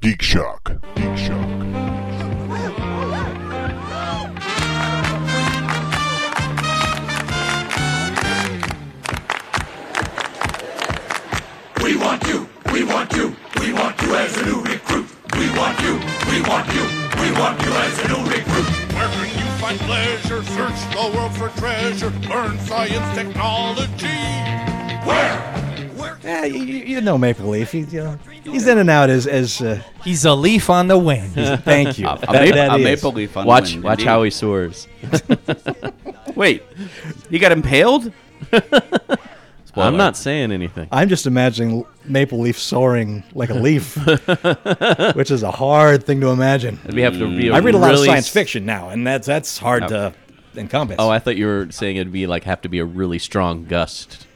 Geek Shock. Geek Shock. We want you, we want you, we want you as a new recruit. We want you, we want you, we want you as a new recruit. Where can you find pleasure? Search the world for treasure. Learn science, technology. Where? Where? Yeah, you, you you know Maple Leaf. He, you know, he's in and out as as. Uh, He's a leaf on the wing. thank you. A, That- maple, that a is. maple leaf on Watch, the wind, watch indeed. how he soars. Wait, he got impaled? I'm not saying anything. I'm just imagining Maple Leaf soaring like a leaf, which is a hard thing to imagine. We have to be. I read a lot really of science s- fiction now, and that's that's hard to encompass. Oh, I thought you were saying it'd be like have to be a really strong gust.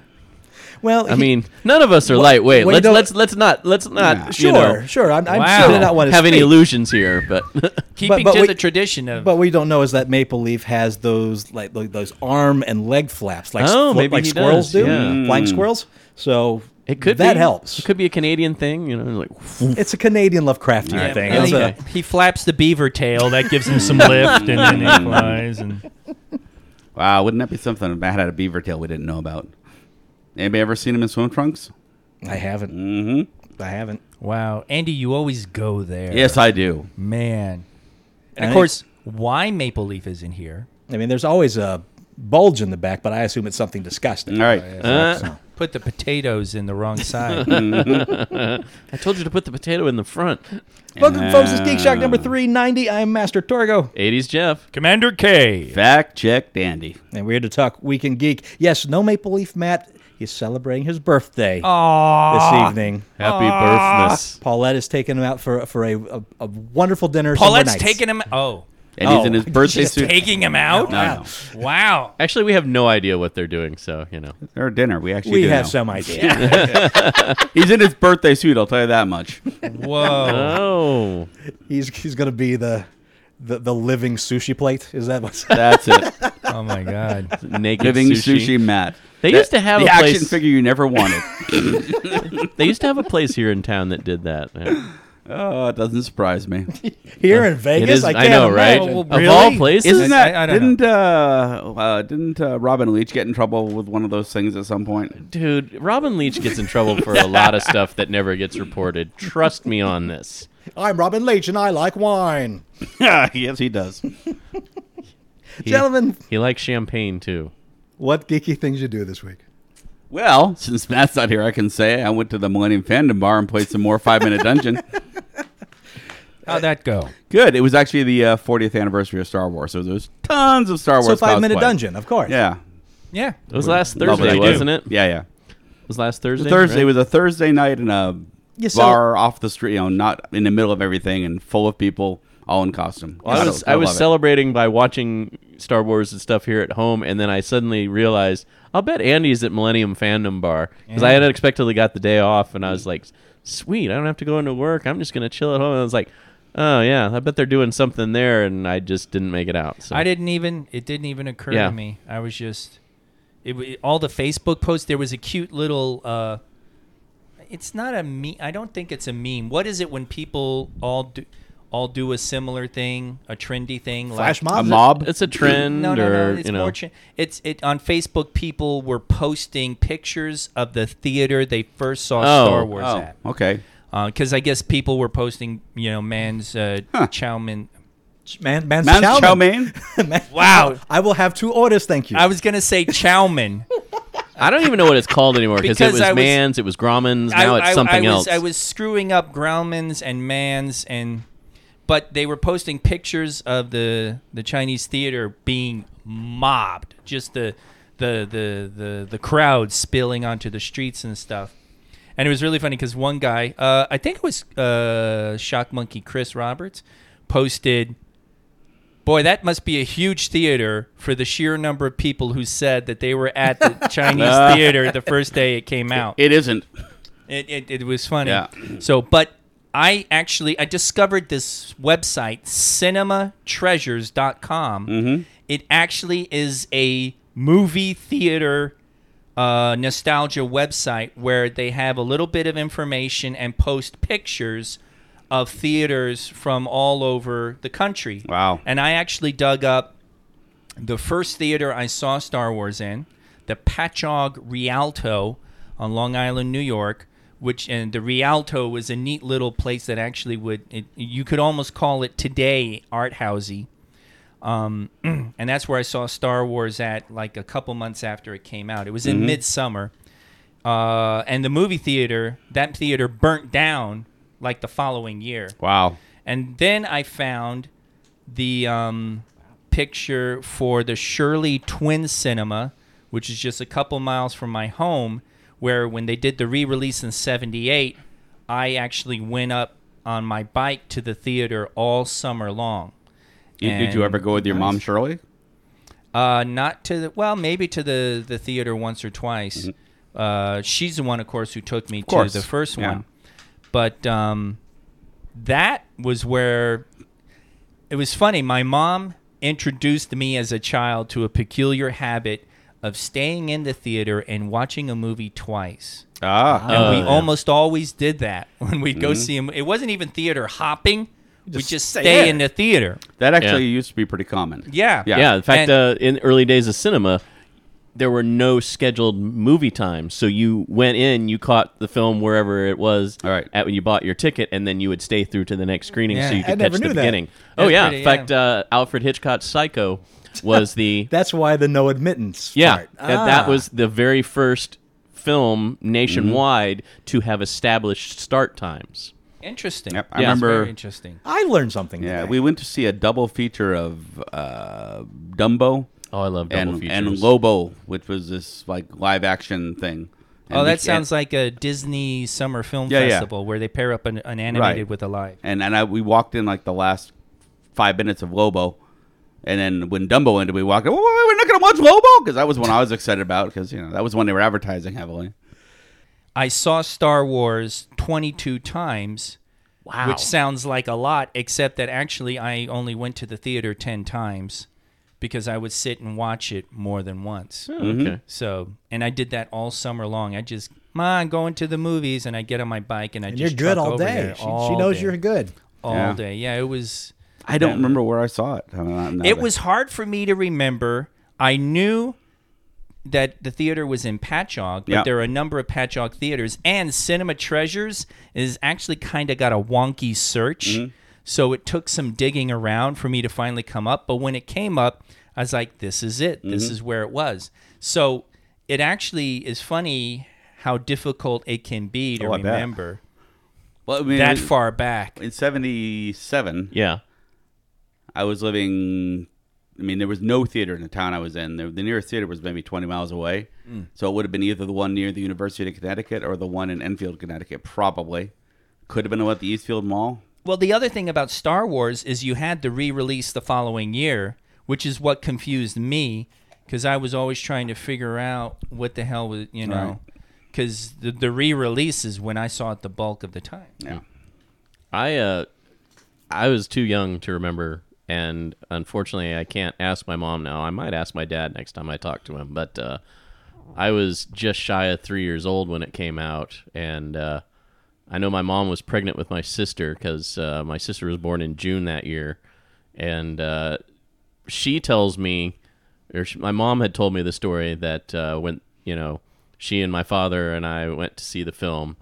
well, he- I mean, none of us are lightweight. well, you let's know- let's let's not let's not sure, you know, sure. I'm, I'm Wow. sure they not want to have any speak, illusions here, but Keeping but to we- the tradition of But we don't know is that Maple Leaf has those like like those arm and leg flaps, like Oh, fl- maybe like he squirrels does, do, yeah. Hmm. flying squirrels. So it could that be, helps. It could be a Canadian thing, you know, like It's a Canadian Lovecraftian All right. thing. and It's he, a- he flaps the beaver tail that gives him some lift, and then he flies. And Wow, wouldn't that be something if Matt had a beaver tail we didn't know about? Anybody ever seen him in swim trunks? I haven't. I haven't. wow, Andy, you always go there. Yes, I do. man. And I- of course, why Maple Leaf isn't here? I mean, there's always a bulge in the back, but I assume it's something disgusting. All right. Put the potatoes in the wrong side. I told you to put the potato in the front. Welcome, folks. It's Geek Shock number 390. I'm Master Torgo, 80s Jeff. Commander K. Fact check, Dandy. and we're here to talk Weekend Geek. Yes, no Maple Leaf Matt. He's celebrating his birthday this evening. Happy birthness. Paulette is taking him out for for a, a, a wonderful dinner. Paulette's somewhere nice. taking him. Oh, And Oh, he's in his birthday she's suit. taking him out. no, no. Wow. Actually, we have no idea what they're doing, so you know. Or dinner. We actually We do have know. some idea. He's in his birthday suit, I'll tell you that much. Oh, Whoa. he's he's gonna be the the, the living sushi plate. Is that what's That's it. oh my God. naked Living sushi. sushi, Matt. They used to have the a action place- figure you never wanted. They used to have a place here in town that did that. yeah. oh, it doesn't surprise me. here in Vegas? is- I, I can't know, right? imagine. Well, Of all really? places, Isn't that I- I don't didn't uh, uh didn't uh, Robin Leach get in trouble with one of those things at some point? dude, Robin Leach gets in trouble for a lot of stuff that never gets reported. Trust me on this. I'm Robin Leach, and I like wine. yes, he does. He- Gentlemen, he likes champagne too. what geeky things you do this week? Well, since Matt's not here, I can say I went to the Millennium Fandom Bar and played some more Five Minute Dungeon. How'd that go? Good. It was actually the uh, 40th anniversary of Star Wars, so there's tons of Star So Wars. five minute cosplay. dungeon, of course. Yeah. Yeah. It was last Lovely Thursday, idea. wasn't it? Yeah, yeah. It was last Thursday. Thursday right? was a Thursday night in a Yeah, so- bar off the street, you know, not in the middle of everything and full of people, all in costume. I was I was celebrating. celebrating by watching Star Wars and stuff here at home, and then I suddenly realized I'll bet Andy's at Millennium Fandom Bar because I had unexpectedly got the day off, and I was like, "Sweet, I don't have to go into work. I'm just gonna chill at home." And I was like, "Oh yeah, I bet they're doing something there," and I just didn't make it out. So I didn't even. It didn't even occur Yeah. to me. I was just. It wa- all the Facebook posts. There was a cute little. uh It's not a meme. I don't think it's a meme. What is it when people all do, all do a similar thing, a trendy thing? Flash like, mob. a mob. It's a trend, No, no, or no. It's you know, more. Tra- it's it on Facebook. People were posting pictures of the theater they first saw Oh, Star Wars Oh, at. okay. Because I guess people were posting, you know, man's uh, chow mein. Man, man's Man's chow chow mein. mein. Man- Wow. I will have two orders, thank you. I was gonna say chow mein. I don't even know what it's called anymore because it Because was I was- Mans, it was Grauman's, now it's something I was, else. I was screwing up Grauman's and Mann's and, but they were posting pictures of the the Chinese theater being mobbed, just the the the the the crowd spilling onto the streets and stuff. And it was really funny because one guy, uh, I think it was uh, Shock Monkey Chris Roberts, posted. Boy, that must be a huge theater for the sheer number of people who said that they were at the Chinese theater the first day it came out. It isn't. It, it, it was funny. Yeah. So, but I actually I discovered this website cinematreasures.com. Mm-hmm. It actually is a movie theater uh, nostalgia website where they have a little bit of information and post pictures of theaters from all over the country. Wow. And I actually dug up the first theater I saw Star Wars in, the Patchogue Rialto on Long Island, New York, which and the Rialto was a neat little place that actually would it, you could almost call it today art housey. Um, and that's where I saw Star Wars at like a couple months after it came out. It was in midsummer. Uh, and the movie theater, that theater burnt down like the following year. Wow. And then I found the um, picture for the Shirley Twin Cinema, which is just a couple miles from my home, where when they did the re release in 78, I actually went up on my bike to the theater all summer long. You- Did you And- ever go with your mom, Shirley? Uh, not to the, well, maybe to the, the theater once or twice. Uh, she's the one, of course, who took me to Mm-hmm. course, the first yeah. one. But um, that was where it was funny. My mom introduced me as a child to a peculiar habit of staying in the theater and watching a movie twice. Ah. And we almost always did that when we'd Mm-hmm. go see him. It wasn't even theater hopping. we just stay there. in the theater. That actually used to be pretty common. Yeah. Yeah. Yeah, in fact, And- uh, in early days of cinema, there were no scheduled movie times, so you went in, you caught the film wherever it was. All right. at when you bought your ticket, and then you would stay through to the next screening, Yeah. so you I could catch never the knew that. beginning. Oh That's yeah, pretty, in yeah. fact, uh, Alfred Hitchcock's Psycho was the That's why the no admittance. yeah part. that, that Ah. was the very first film nationwide to have established start times. Interesting. Yep, I That's remember- very interesting. Ah, I learned something. Yeah, today. we went to see a double feature of uh, Dumbo Oh, I love double and, features. and Lobo, which was this like live action thing. And Oh, we- that sounds and, like a Disney summer film Yeah, yeah. festival where they pair up an, an animated Right. with a live. and and I, we walked in like the last five minutes of Lobo, and then when Dumbo ended, we walked. in, "Whoa, whoa, whoa, we're not gonna watch Lobo because that was one I was excited about because you know that was one they were advertising heavily. I saw Star Wars 22 times, Wow. which sounds like a lot, except that actually I only went to the theater 10 times because I would sit and watch it more than once. Oh, Mm-hmm. Okay. So, and I did that all summer long. I just, Ma, I'm going to the movies, and I get on my bike and I And you're just good truck all over day. there She, all she knows day, you're good. all Yeah. day. Yeah, it was. I don't remember where I saw it. I'm not- now It that- was hard for me to remember. I knew that the theater was in Patchogue, but Yeah. there are a number of Patchogue theaters, and Cinema Treasures is actually kind of got a wonky search. Mm-hmm. So it took some digging around for me to finally come up. But when it came up, I was like, this is it. Mm-hmm. This is where it was. So it actually is funny how difficult it can be to Oh, I bet. remember well, I mean, that far back. in '77. Yeah. I was living. I mean, there was no theater in the town I was in. The, the nearest theater was maybe 20 miles away. So it would have been either the one near the University of Connecticut or the one in Enfield, Connecticut, probably. Could have been at the Eastfield Mall. Well, the other thing about Star Wars is you had the re-release the following year, which is what confused me because I was always trying to figure out what the hell was you know because the, the re-release is when I saw it the bulk of the time. Yeah. I uh, I was too young to remember, and unfortunately, I can't ask my mom now. I might ask my dad next time I talk to him, but uh, I was just shy of three years old when it came out, and uh, I know my mom was pregnant with my sister because uh, my sister was born in June that year, and uh, she tells me, or she, my mom had told me the story that uh, when you know she and my father and I went to see the film.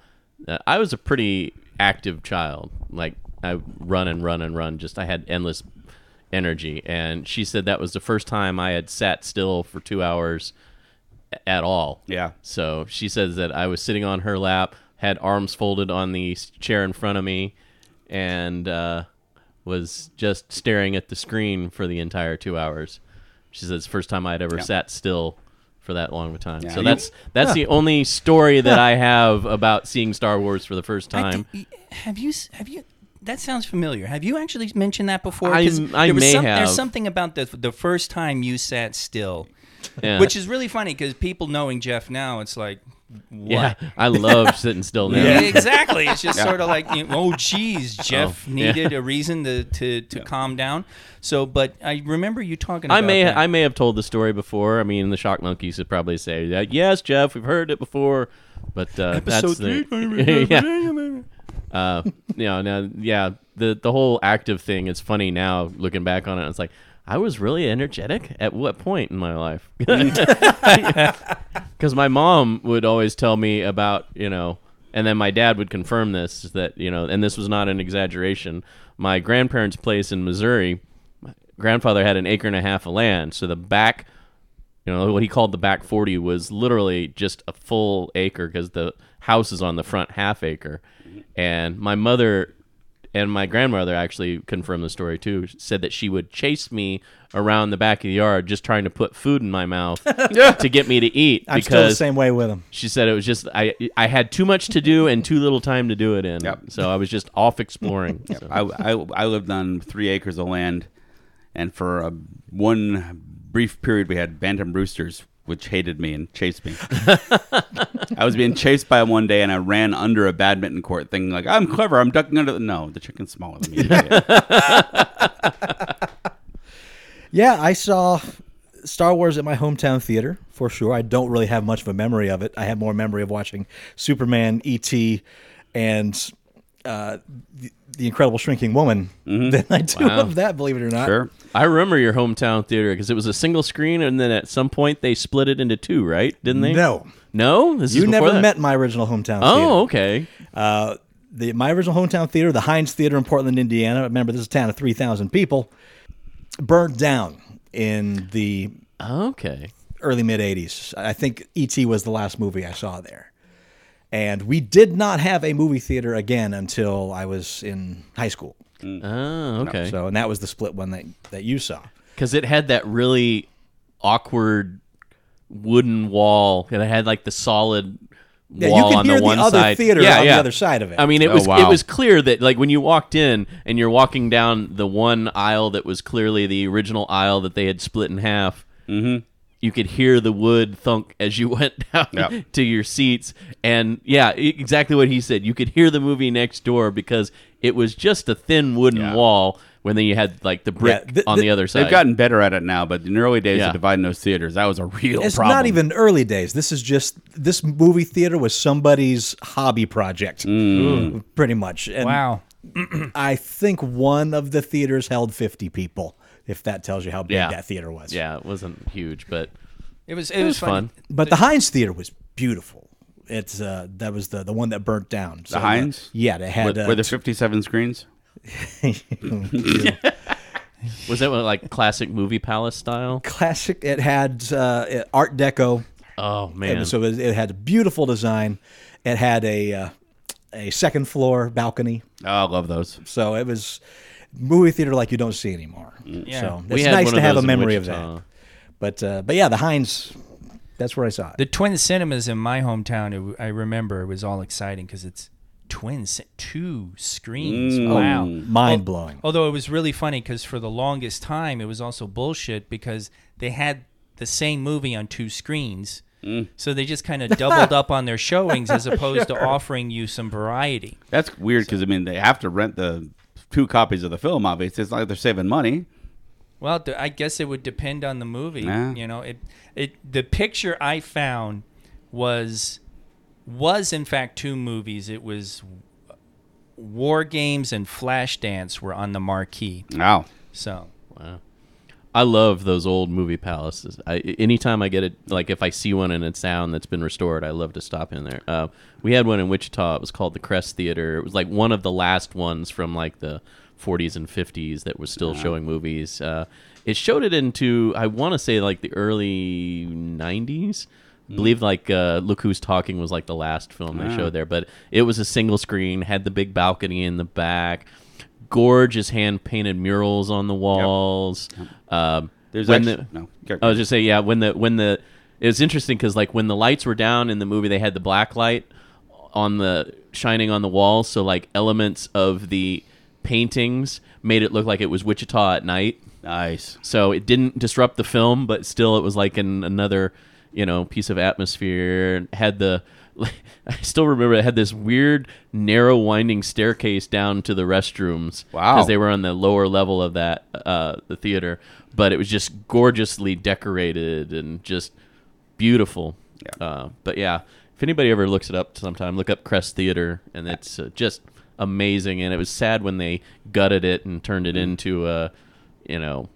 Uh, I was a pretty active child. Like I run and run and run. Just I had endless energy, and she said that was the first time I had sat still for two hours a- at all. Yeah. So she says that I was sitting on her lap, had arms folded on the s- chair in front of me, and uh, was just staring at the screen for the entire two hours. She says it's the first time I'd ever sat still for that long of a time. So You- that's that's the only story that I have about seeing Star Wars for the first time. have you s- have you that sounds familiar. Have you actually mentioned that before? I- 'Cause I there was may some- have. There's something about the the first time you sat still, Yeah. which is really funny because people knowing Jeff now, it's like, what? yeah, I love sitting still now. Yeah, exactly. It's just sort of like, you know, oh, geez, Jeff Oh, yeah. needed a reason to, to, to calm down. So, but I remember you talking. I about may that. I may have told the story before. I mean, the shock monkeys would probably say that. Yes, Jeff, we've heard it before, but uh, that's the yeah. Uh, you know, now, yeah, the the whole active thing is funny now looking back on it. It's like I was really energetic at what point in my life? Because my mom would always tell me about you know, and then my dad would confirm this that you know, and this was not an exaggeration. My grandparents' place in Missouri, my grandfather had an acre and a half of land, so the back you know what he called the back 40 was literally just a full acre because the house is on the front half acre and my mother and my grandmother actually confirmed the story too said that she would chase me around the back of the yard just trying to put food in my mouth to get me to eat I'm still the because same way with him. she said it was just I I had too much to do and too little time to do it in Yep. so I was just off exploring so. I, I, I lived on three acres of land, and for a, one brief period, we had bantam roosters, which hated me and chased me. I was being chased by one day, and I ran under a badminton court, thinking like, "I'm clever. I'm ducking under." The... No, the chicken's smaller than me. you idiot. Yeah, I saw Star Wars at my hometown theater for sure. I don't really have much of a memory of it. I have more memory of watching Superman, E.T., and uh, the, the Incredible Shrinking Woman than I do Mm-hmm. Wow. of that. Believe it or not. sure. I remember your hometown theater because it was a single screen and then at some point they split it into two right didn't they No, No, this you is before never that? met my original hometown. theater. Oh, okay. Uh, the, my original hometown theater, the Heinz Theater in Portland, Indiana. Remember, this is a town of 3,000 people. Burned down in the Okay. early mid 80s. I think E.T. was the last movie I saw there. And we did not have a movie theater again until I was in high school. Oh, okay. So, and that was the split one that, that you saw. Because it had that really awkward wooden wall, and it had like the solid Yeah, wall you could on hear the the one other side. theater on the other side of it. I mean, it Oh, was it wow. was clear that like when you walked in and you're walking down the one aisle that was clearly the original aisle that they had split in half. Mm-hmm. You could hear the wood thunk as you went down Yeah. to your seats, and yeah, e- exactly what he said. You could hear the movie next door because it was just a thin wooden Yeah. wall. When then you had like the brick Yeah, th- on th- the other side. They've gotten better at it now, but in the early days Yeah. of dividing those theaters, that was a real It's problem. not even early days. This is just, this movie theater was somebody's hobby project, Mm. Mm. pretty much. And Wow. I think one of the theaters held 50 people, if that tells you how big Yeah. that theater was. Yeah, it wasn't huge, but It was it, it was, was fun. But the Heinz Theater was beautiful. It's uh, that was the the one that burnt down. So The Heinz? yeah, they had Were, uh, were there 57 screens? Was that what, like classic movie palace style? classic. It had uh, Art Deco, Oh man, and so it, it had a beautiful design. It had a uh, a second floor balcony, Oh, I love those. so it was movie theater like you don't see anymore. Mm. So it's We had nice one to of have a those in memory of Wichita. that. But uh, but yeah, the Heinz. That's where I saw it. The twin cinemas in my hometown, it, w- I remember, it was all exciting because it's twin ci- two screens. Mm. Wow. Mind blowing. Although it was really funny because for the longest time, it was also bullshit because they had the same movie on two screens. So they just kind of doubled up on their showings as opposed to offering you some variety. That's weird because I mean they have to rent the two copies of the film. Obviously, it's not like they're saving money. Well, d- I guess it would depend on the movie. Yeah. You know, it it the picture I found was was in fact two movies. It was War Games and Flashdance were on the marquee. Wow. So I love those old movie palaces. I, anytime I get it, like if I see one in a town that's been restored, I love to stop in there. Uh, we had one in Wichita. It was called the Crest Theater. It was like one of the last ones from like the 40s and 50s that was still showing movies. Uh, it showed it into I want to say like the early 90s. I believe like uh, Look Who's Talking was like the last film they showed there, but it was a single screen, had the big balcony in the back. Gorgeous hand painted murals on the walls. Um, There's when actu- the, Oh, no, go- I was just saying, yeah. When the when the it was interesting because like when the lights were down in the movie, they had the black light on the shining on the wall, so like elements of the paintings made it look like it was Wichita at night. Nice. So it didn't disrupt the film, but still it was like in another, you know, piece of atmosphere. and Had the I still remember it had this weird narrow winding staircase down to the restrooms. Wow. Because they were on the lower level of that uh the theater. But it was just gorgeously decorated and just beautiful. Yeah. Uh, but yeah, if anybody ever looks it up sometime, look up Crest Theater and it's uh, just amazing, and it was sad when they gutted it and turned Mm. it into a, you know,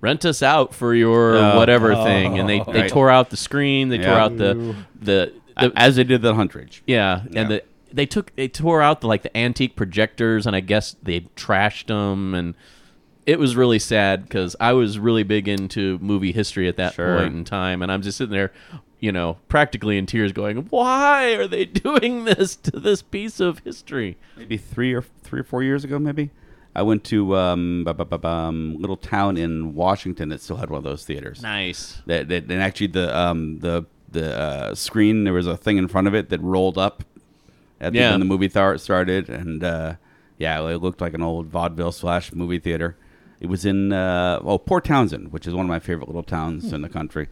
rent us out for your Oh. whatever thing, and they, they Right. tore out the screen, they tore Yeah. out the the, the as they did the Huntridge. yeah, Yeah. and the, they took they tore out the like the antique projectors, and I guess they trashed them, and it was really sad because I was really big into movie history at that Sure. point in time, and I'm just sitting there, you know, practically in tears, going, "Why are they doing this to this piece of history?" maybe three or three or four years ago, maybe. I went to um, bu- bu- bu- bum, little town in Washington that still had one of those theaters. Nice. That, that and actually the um, the the uh, screen there was a thing in front of it that rolled up at the, Yeah. when the movie thar- started, and uh, yeah, it looked like an old vaudeville slash movie theater. It was in uh, oh Port Townsend, which is one of my favorite little towns in the Hmm. country.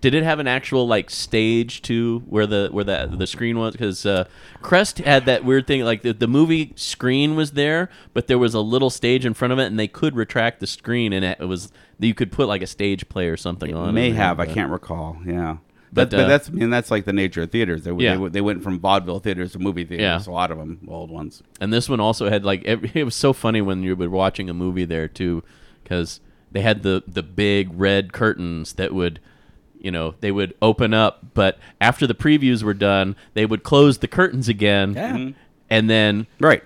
Did it have an actual like stage too, where the where the the screen was? Because uh, Crest had that weird thing, like the, the movie screen was there, but there was a little stage in front of it, and they could retract the screen, and it was you could put like a stage play or something on. May it, have, I but- can't recall. Yeah, But, but, uh, but that's I mean that's like the nature of theaters. They, Yeah. they, they went from vaudeville theaters to movie theaters. A Yeah. lot of them, old ones. And this one also had like every, it was so funny when you were watching a movie there too, because they had the the big red curtains that would, you know, they would open up, but after the previews were done, they would close the curtains again, Yeah. Mhm. and then Right.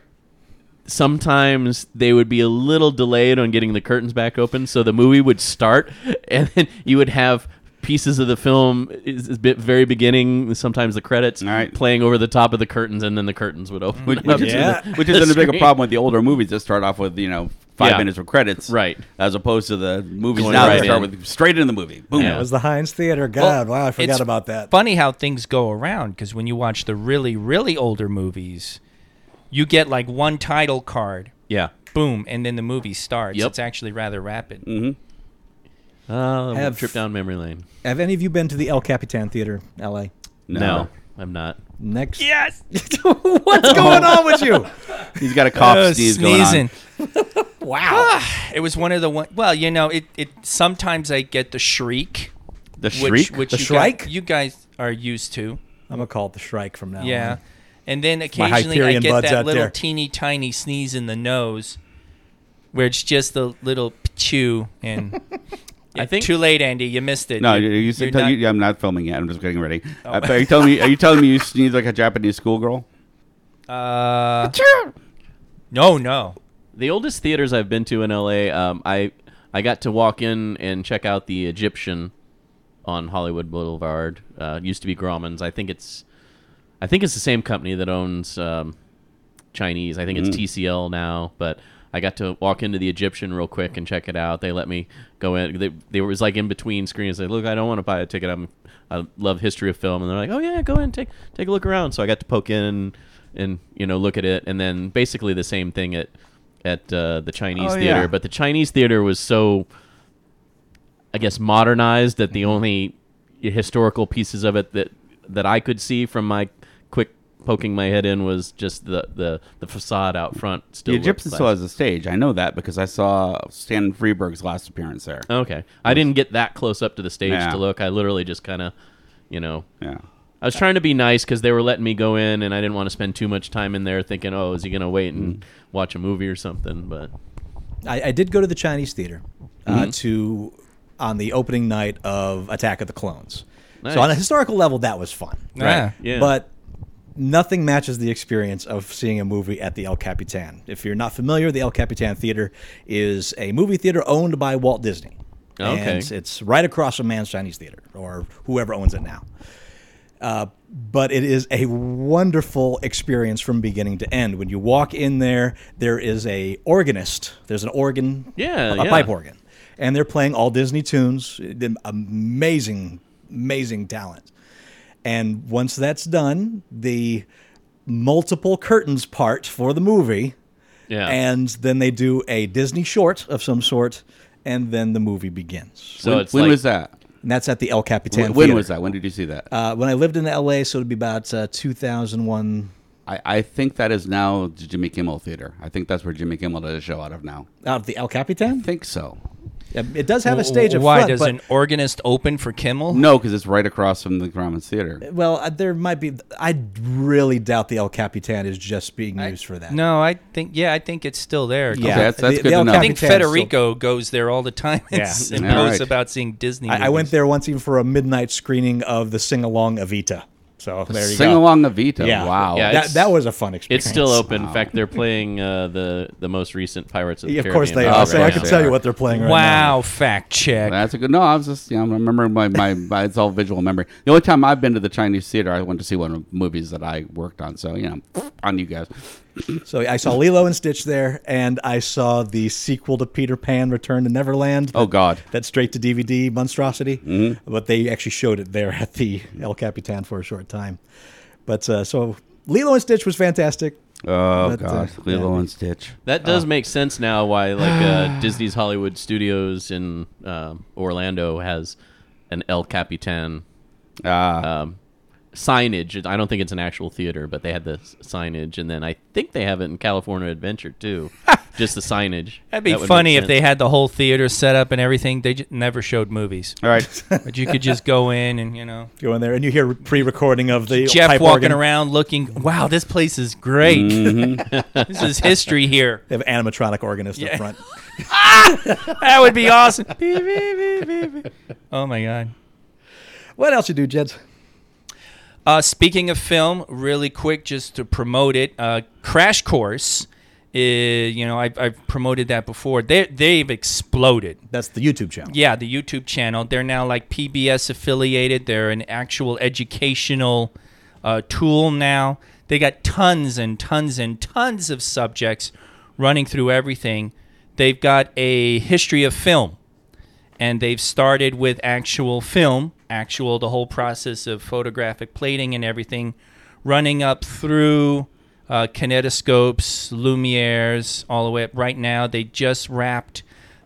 sometimes they would be a little delayed on getting the curtains back open, so the movie would start, and then you would have pieces of the film is, is bit very beginning sometimes the credits All right. playing over the top of the curtains and then the curtains would open Which, up which is to Yeah. the- which is a bigger screen. problem with the older movies that start off with you know five Yeah. minutes of credits, Right. As opposed to the movies Going now right that start in. with straight into the movie. Boom. Yeah. It was the Heinz Theater. Well, God, wow, I it's forgot about that. Funny how things go around because when you watch the really, really older movies, you get like one title card, yeah boom, and then the movie starts. Yep. It's actually rather rapid. Uh, Have- trip down memory lane. Have any of you been to the El Capitan Theater, L.A.? No, I'm not. Next, Yes, what's going on with you? He's got a cough Uh, sneeze going on. Wow, It was one of the one. Well, you know, it, it sometimes I get the shriek, The which shriek. which The you, shrike? Guys, you guys are used to. I'm gonna call it the Shrike from now. Yeah. on. And then my occasionally I Hyperion get buds that out little there. teeny tiny sneeze in the nose where it's just a little chew and I think too late, Andy. You missed it. no, you, You're- you said you're tell not- you, I'm not filming yet. I'm just getting ready. Uh, but are you telling me? Are you telling me you sneeze like a Japanese schoolgirl? uh, no, no. the oldest theaters I've been to in LA, um, I I got to walk in and check out the Egyptian on Hollywood Boulevard. Uh, it used to be Grauman's. I think it's I think it's the same company that owns um, Chinese. I think Mm. it's TCL now, but I got to walk into the Egyptian real quick and check it out. They let me go in. They, they was like in between screens. Like, look, I don't want to buy a ticket. I'm I love history of film, and they're like, oh yeah, go in, take take a look around. So I got to poke in and you know look at it, and then basically the same thing at at uh, the Chinese Oh, theater. yeah. But the Chinese theater was so I guess modernized that the only historical pieces of it that that I could see from my quick poking my head in was just the the, the facade out front still The looked Egyptian still classic. has a stage. I know that because I saw Stan Freeberg's last appearance there. okay I didn't get that close up to the stage Yeah. to look I literally just kind of you know Yeah. I was trying to be nice because they were letting me go in and I didn't want to spend too much time in there thinking oh is he gonna wait and Mm. watch a movie or something but I, I did go to the Chinese Theater uh, Mm-hmm. to on the opening night of Attack of the Clones. Nice. So on a historical level, that was fun. Yeah. yeah But nothing matches the experience of seeing a movie at the El Capitan. If you're not familiar, the El Capitan Theater is a movie theater owned by Walt Disney. Okay. And it's right across from Man's Chinese Theater or whoever owns it now. Uh, but it is a wonderful experience from beginning to end. When you walk in there, there is a organist. There's an organ, a, Yeah, a yeah. pipe organ, and they're playing all Disney tunes. Amazing, amazing talent. And once that's done, the multiple curtains part for the movie, yeah and then they do a Disney short of some sort, and then the movie begins. so when it's when like was that? And that's at the El Capitan. When, when Theater. was that? When did you see that? Uh, when I lived in LA, so it'd be about uh, 2001. I, I think that is now the Jimmy Kimmel Theater. I think that's where Jimmy Kimmel does a show out of now. Out of the El I Capitan? Um, think so. It does have a stage up Why front, does but an organist open for Kimmel? No, because it's right across from the Grauman's Theater. well, uh, there might be. I really doubt the El Capitan is just being used for that. No, I think yeah, I think it's still there. Yeah, that's- that's the, good the to El know. I I think Capitan's still- Federico goes there all the time and, Yeah. s- and All posts right. about seeing Disney. I, I went movies. there once even for a midnight screening of the sing along Evita. So there you Sing go. along Evita. Yeah. Oh, Wow. Yeah, That, it's- that was a fun experience. It's still open. In fact, they're playing uh, the the most recent Pirates of the Yeah, of Caribbean. course they right are. so I now. can they tell you are. what they're playing right now. Wow, fact check. That's a good. No, I was just, you know, I'm remembering my, my, my, it's all visual memory. The only time I've been to the Chinese theater, I went to see one of the movies that I worked on. So, you know, on you guys. So I saw Lilo and Stitch there, and I saw the sequel to Peter Pan: Return to Neverland. Oh, God. that straight to DVD monstrosity. But they actually showed it there at the El Capitan for a short time. But uh, so Lilo and Stitch was fantastic. Oh, But, uh, God. Lilo yeah. and Stitch. That Uh. does make sense now. Why like uh, Disney's Hollywood Studios in uh, Orlando has an El Capitan um, Ah, signage. I don't think it's an actual theater, but they had the s- signage, and then I think they have it in California Adventure too. just the signage. That'd be That would make funny if sense. they had the whole theater set up and everything. They just never showed movies, all right. but you could just go in and you know Go in there, and you hear pre-recording of the Jeff pipe walking organ. around looking. Wow, this place is great. this is history here. They have animatronic organist Yeah. up front. That would be awesome. Beep, beep, beep, beep, beep. Oh my god. What else you do, Jed? Uh, speaking of film, really quick, just to promote it, uh, Crash Course. i- you know, I've, I've promoted that before. They they've exploded. That's the YouTube channel. Yeah, the YouTube channel. They're now like PBS affiliated. They're an actual educational uh, tool now. They got tons and tons and tons of subjects running through everything. They've got a history of film, and they've started with actual film, actual the whole process of photographic plating and everything, running up through uh, kinetoscopes, Lumieres, all the way up. Right now, they just wrapped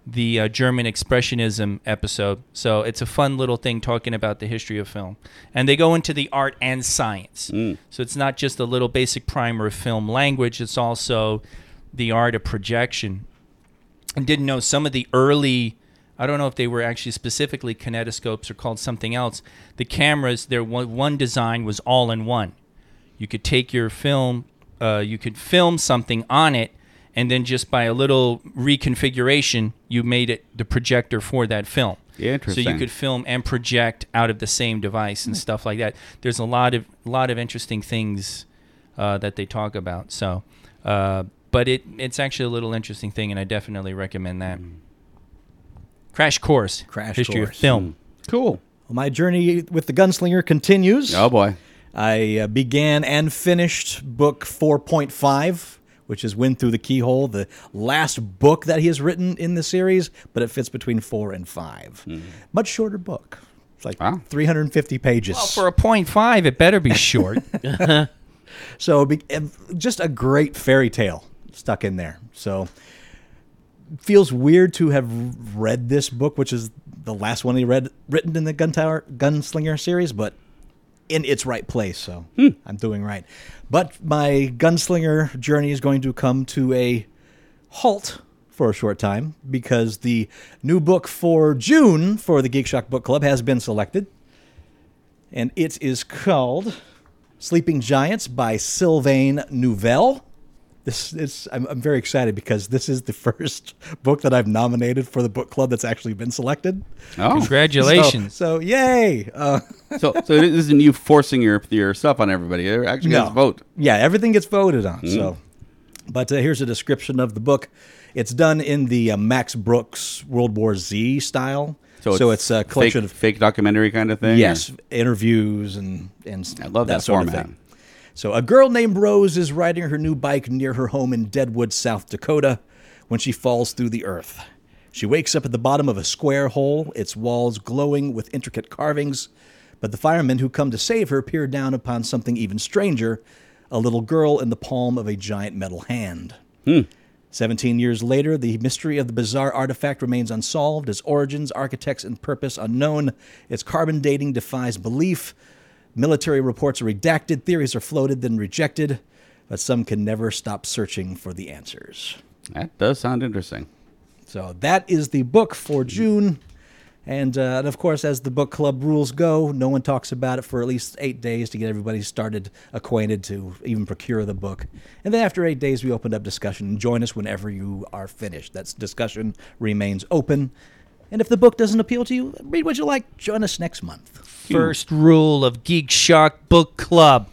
the uh, German Expressionism episode, so it's a fun little thing talking about the history of film, and they go into the art and science. So it's not just a little basic primer of film language; it's also the art of projection and didn't know some of the early I don't know if they were actually specifically kinetoscopes or called something else. The cameras, their one, one design was all in one. You could take your film, uh, you could film something on it, and then just by a little reconfiguration, you made it the projector for that film. So you Interesting. could film and project out of the same device and stuff like that. There's a lot of lot of interesting things uh, that they talk about. So, uh, but it it's actually a little interesting thing, and I definitely recommend that. Crash course, Crash history of Course. film. Cool. My journey with the gunslinger continues. Oh, boy. I uh, began and finished book 4.5, which is Wind Through the Keyhole, the last book that he has written in the series, but it fits between 4 and 5. Much shorter book. It's like Wow. 350 pages. Well, for a point five, it better be short. So be- and just a great fairy tale stuck in there. So feels weird to have read this book, which is the last one he read written in the Gun Tower Gunslinger series, but in its right place. So I'm doing right. But my gunslinger journey is going to come to a halt for a short time because the new book for June for the Geek Shock Book Club has been selected. And it is called Sleeping Giants by Sylvain Nouvelle. This is I'm, I'm very excited because this is the first book that I've nominated for the book club that's actually been selected. Oh. So- Congratulations. So, yay! Uh, So, so this isn't you forcing your, your stuff on everybody. It actually no. has a vote. Yeah, everything gets voted on. So, but uh, here's a description of the book. It's done in the uh, Max Brooks World War Z style. So it's, a collection fake, of fake documentary kind of thing. or- yes, interviews and and I love that sort of format. thing. So a girl named Rose is riding her new bike near her home in Deadwood, South Dakota, when she falls through the earth. She wakes up at the bottom of a square hole, its walls glowing with intricate carvings, but the firemen who come to save her peer down upon something even stranger, a little girl in the palm of a giant metal hand. 17 years later, the mystery of the bizarre artifact remains unsolved, its origins, architects, and purpose unknown. Its carbon dating defies belief. Military reports are redacted, theories are floated, then rejected, but some can never stop searching for the answers. That does sound interesting. So that is the book for June. And, uh, and of course, as the book club rules go, no one talks about it for at least eight days to get everybody started acquainted to even procure the book. And then after eight days, we open up discussion. Join us whenever you are finished. That discussion remains open. And if the book doesn't appeal to you, read what you like. Join us next month. First rule of Geek Shark Book Club.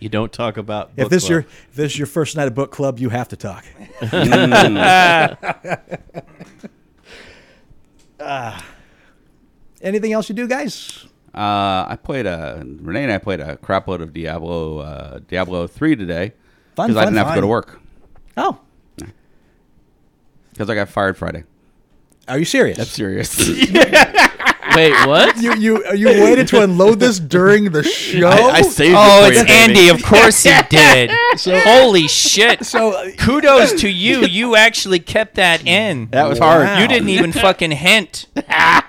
You don't talk about. If book this club. your if this is your first night at book club, you have to talk. Ah. anything else you do, guys? Uh, I played a Renee and I played a crapload of Diablo uh, Diablo three today Fun, because I fun, didn't have to go fun. to work Oh, because I got fired Friday. are you serious? That's serious. Wait, what? you you you waited to unload this during the show. I, I saved Oh, it for it's you, baby. Andy. Of course he did. Holy shit. so uh, Kudos to you. You actually kept that in. that was hard. You didn't e- even fucking hint. I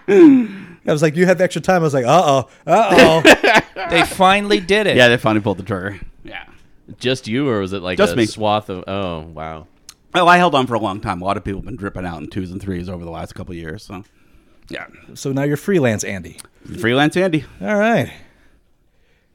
was like, you have extra time. I was like, uh oh, uh oh. They finally did it. Yeah, they finally pulled the trigger. Yeah. Just you, or was it like Just a me. swath of? Oh, wow. Oh, I held on for a long time. A lot of people have been dripping out in twos and threes over the last couple of years. So, yeah, so now you're freelance, Andy. freelance Andy. All right.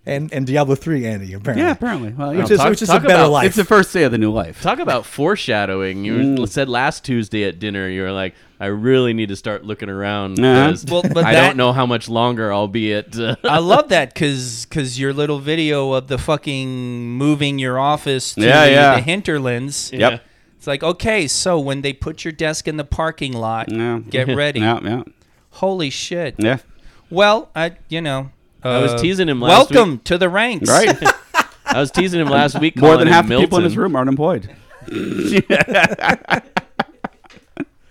And and Diablo three, Andy. Apparently, Yeah, apparently. Well, Which it's, is, talk- which is a talk better about- life. it's the first day of the new life. Talk about foreshadowing. You Mm. said last Tuesday at dinner, you were like, "I really need to start looking around Uh-huh. because Well, but I that- don't know how much longer I'll be at." Uh, I love that because your little video of the fucking moving your office to Yeah, the, yeah. the hinterlands. Yep. It's like, okay, so when they put your desk in the parking lot, Yeah. get ready. Yeah, yeah, Holy shit. yeah. Well, I, you know. I was uh, teasing him last Welcome week. to the ranks. Right. I was teasing him last week. More calling than him half the people in Milton. this room are unemployed.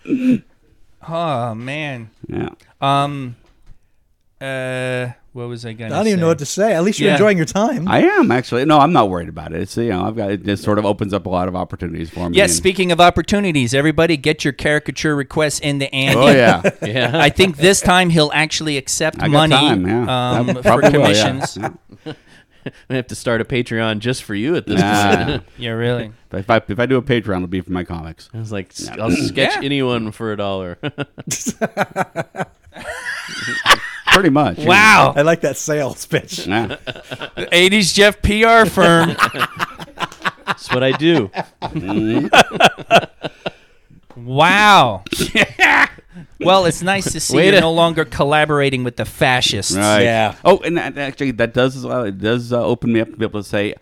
Oh, man. Yeah. Um, uh, what was I going I to don't even know what to say. At least you're Yeah. enjoying your time. I am actually. No, I'm not worried about it. It's you know, I've got it. Just sort of opens up a lot of opportunities for me. Yes, and- speaking of opportunities, everybody get your caricature requests into Andy. Oh yeah. Yeah. I think this time he'll actually accept I got money time, yeah. I um, for probably will, yeah. commissions. Yeah. I have to start a Patreon just for you at this. Nah. yeah, really. But if I if I do a Patreon, it'll be for my comics. I was like, "S- I'll sketch Yeah. anyone for a dollar. Pretty much. yeah. Wow. I like that sales pitch. Yeah. 80s Jeff PR firm. That's what I do. wow. Well, it's nice to see Way you're to- no longer collaborating with the fascists. Right. Yeah. Oh, and that, actually, that does as well. It does uh, open me up to be able to say,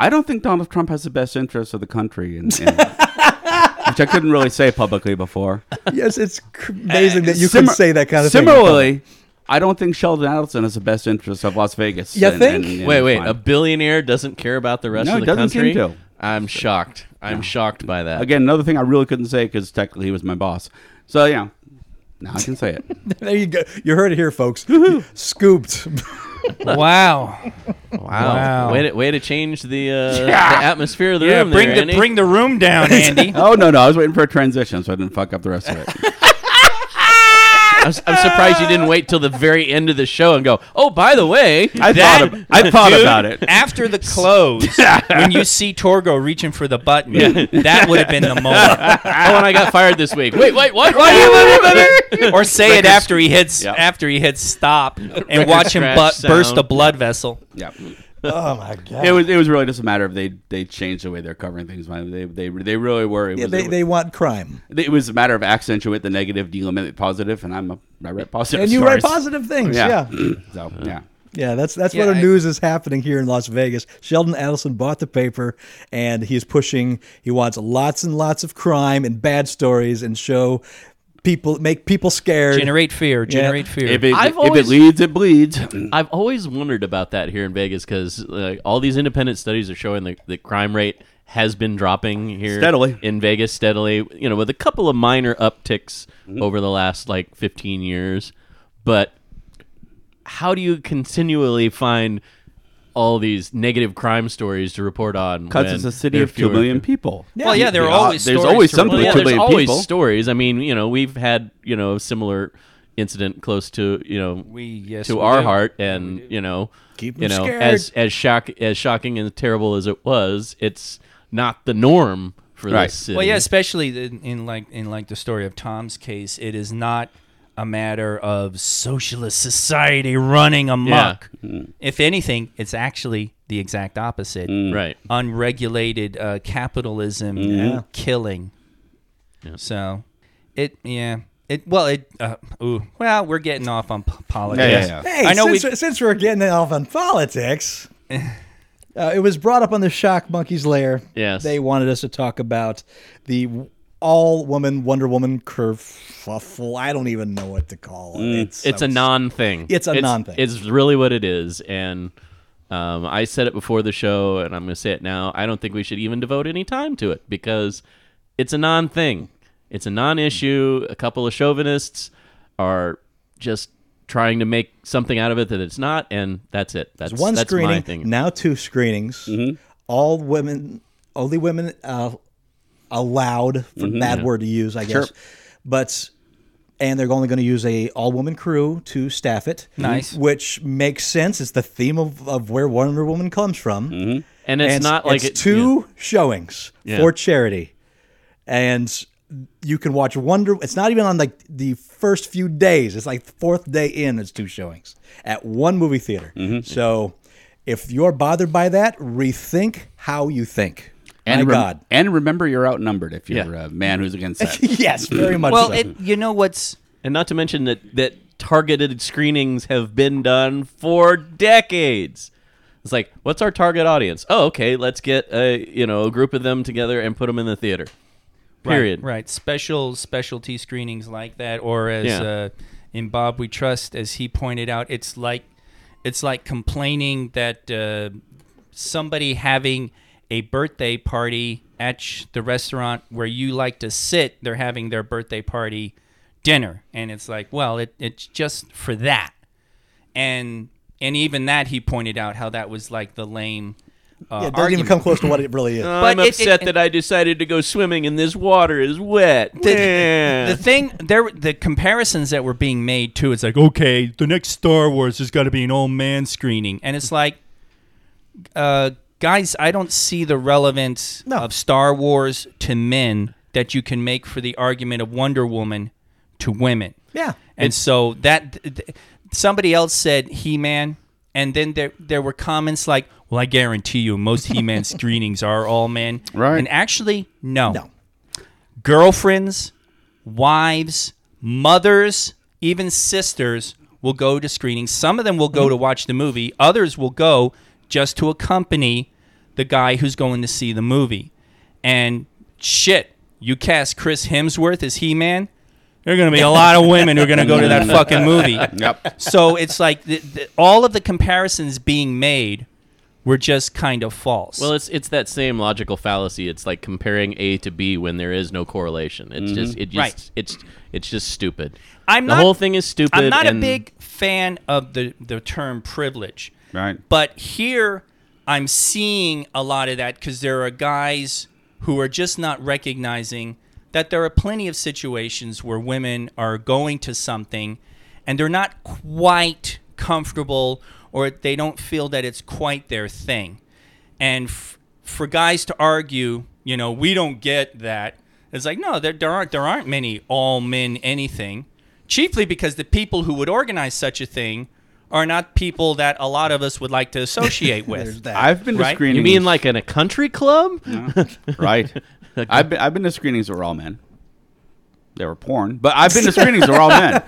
I don't think Donald Trump has the best interests of the country, and, and- which I couldn't really say publicly before. yes, it's cr- amazing that you Simi- can say that kind of thing. Similarly, I don't think Sheldon Adelson has the best interests of Las Vegas. You think? wait, wait. fine. A billionaire doesn't care about the rest No, of he the doesn't seem to. country. I'm shocked. I'm shocked by that. Again, another thing I really couldn't say because technically he was my boss. So yeah, now I can say it. There you go. You heard it here, folks. Scooped. Wow. Wow. Wow. Way to way to change the, uh, the atmosphere of the Yeah, room. bring there, the Andy. bring the room down, Andy. oh no, no, I was waiting for a transition so I didn't fuck up the rest of it. I'm, s- I'm surprised you didn't wait till the very end of the show and go. Oh, by the way, I That- thought, ab- I thought about it. After the close, when you see Torgo reaching for the button, that would have been the moment. oh, and I got fired this week. Wait, wait, what? or say it after he hits Yeah. after he hits stop and Record watch him scratch bu- burst sound. a blood vessel. Yeah. Oh my god. It was it was really just a matter of they they changed the way they're covering things. man. They they they really were. It Yeah, was, they, it, they want crime. was, it was a matter of accentuate the negative, delimit the positive, and I'm a I write positive. And you write stories. positive things. Yeah. yeah. Uh, so yeah. Yeah, that's that's Yeah, what our I- news is happening here in Las Vegas. Sheldon Adelson bought the paper, and he's pushing. He wants lots and lots of crime and bad stories, and show people make people scared. Generate fear. Generate fear. If it I've if always- it leads, it bleeds. I've always wondered about that here in Vegas because all these independent studies are showing the, the crime rate has been dropping here Steadily. in Vegas steadily. You know, with a couple of minor upticks Mm-hmm. over the last like 15 years, but how do you continually find all these negative crime stories to report on? Because when it's a city there are of two fewer- million people. well, yeah, there are always there's stories always to something Well, yeah, relate. to there's million always people. stories. I mean, you know, we've had you know a similar incident close to you know We- yes, to we our do. heart, and you know, Keep 'em you know scared. as as shock as shocking and terrible as it was, it's not the norm for Right. this city. Well, yeah, especially in, in like in like the story of Tom's case, it is not a matter of socialist society running amok. Mm. If anything, it's actually the exact opposite: right. unregulated uh, capitalism Mm-hmm. killing. So, it yeah. It, well, it uh, ooh, well, we're getting off on p- politics. Yeah, yeah, yeah. Hey, I know since, we- since we're getting off on politics, uh, it was brought up on the Shock Monkeys Lair. Yes. They wanted us to talk about the all woman Wonder Woman kerfuffle. I don't even know what to call it. It's, it's a non thing. It's a non-thing. It's really what it is, and um, I said it before the show, and I'm going to say it now. I don't think we should even devote any time to it because it's a non thing. It's a non issue. A couple of chauvinists are just trying to make something out of it that it's not, and that's it. That's one that's screening, my thing. now two screenings. All women, only women uh, allowed for bad word to use, I guess. But and they're only going to use a all woman crew to staff it. Nice. which makes sense. It's the theme of, of where Wonder Woman comes from. and it's And not like it's it- two showings Yeah. for charity, and you can watch Wonder. It's not even on like the first few days. It's like fourth day in. It's two showings at one movie theater. Mm-hmm. So if you're bothered by that, rethink how you think. My And rem- God, and remember, you're outnumbered if you're Yeah. a man who's against that. yes, very much. Well, so. it, you know what's And not to mention that that targeted screenings have been done for decades. It's like, what's our target audience? Oh, okay, let's get a you know a group of them together and put them in the theater. Period. Right, right. Special specialty screenings like that, or as Yeah. uh, in Bob We Trust, as he pointed out, it's like it's like complaining that uh, somebody having a birthday party at sh- the restaurant where you like to sit, they're having their birthday party dinner, and it's like, well, it, it's just for that, and and even that he pointed out how that was like the lame. Uh, Yeah, it doesn't even argument. come close to what it really is. I'm But it- upset it- that I decided to go swimming and this water is wet. the thing there the comparisons that were being made too it's like okay the next star wars has got to be an old man screening and it's like uh, guys i don't see the relevance No. of star wars to men that you can make for the argument of wonder woman to women Yeah. and so that th- th- somebody else said he-man and then there there were comments like well i guarantee you most he-man screenings are all men Right. and actually no No. girlfriends, wives, mothers, even sisters will go to screenings. Some of them will go to watch the movie, others will go just to accompany the guy who's going to see the movie. And shit, you cast Chris Hemsworth as He Man. There are going to be a lot of women who are going to go to that fucking movie. Yep. So it's like the, the, all of the comparisons being made were just kind of false. Well, it's it's that same logical fallacy. It's like comparing A to B when there is no correlation. Mm-hmm. It's just it just Right. it's it's just stupid. I'm the not- whole thing is stupid. I'm not a and- big fan of the, the term privilege. Right. But here I'm seeing a lot of that because there are guys who are just not recognizing that there are plenty of situations where women are going to something and they're not quite comfortable or they don't feel that it's quite their thing. And f- for guys to argue, you know, we don't get that. It's like no, there, there aren't there aren't many all men anything, chiefly because the people who would organize such a thing are not people that a lot of us would like to associate There's with. that. I've been to Right? You screenings. You mean like in a country club? right? I've been I've been to screenings that were all men. They were porn, but I've been to screenings that were all men.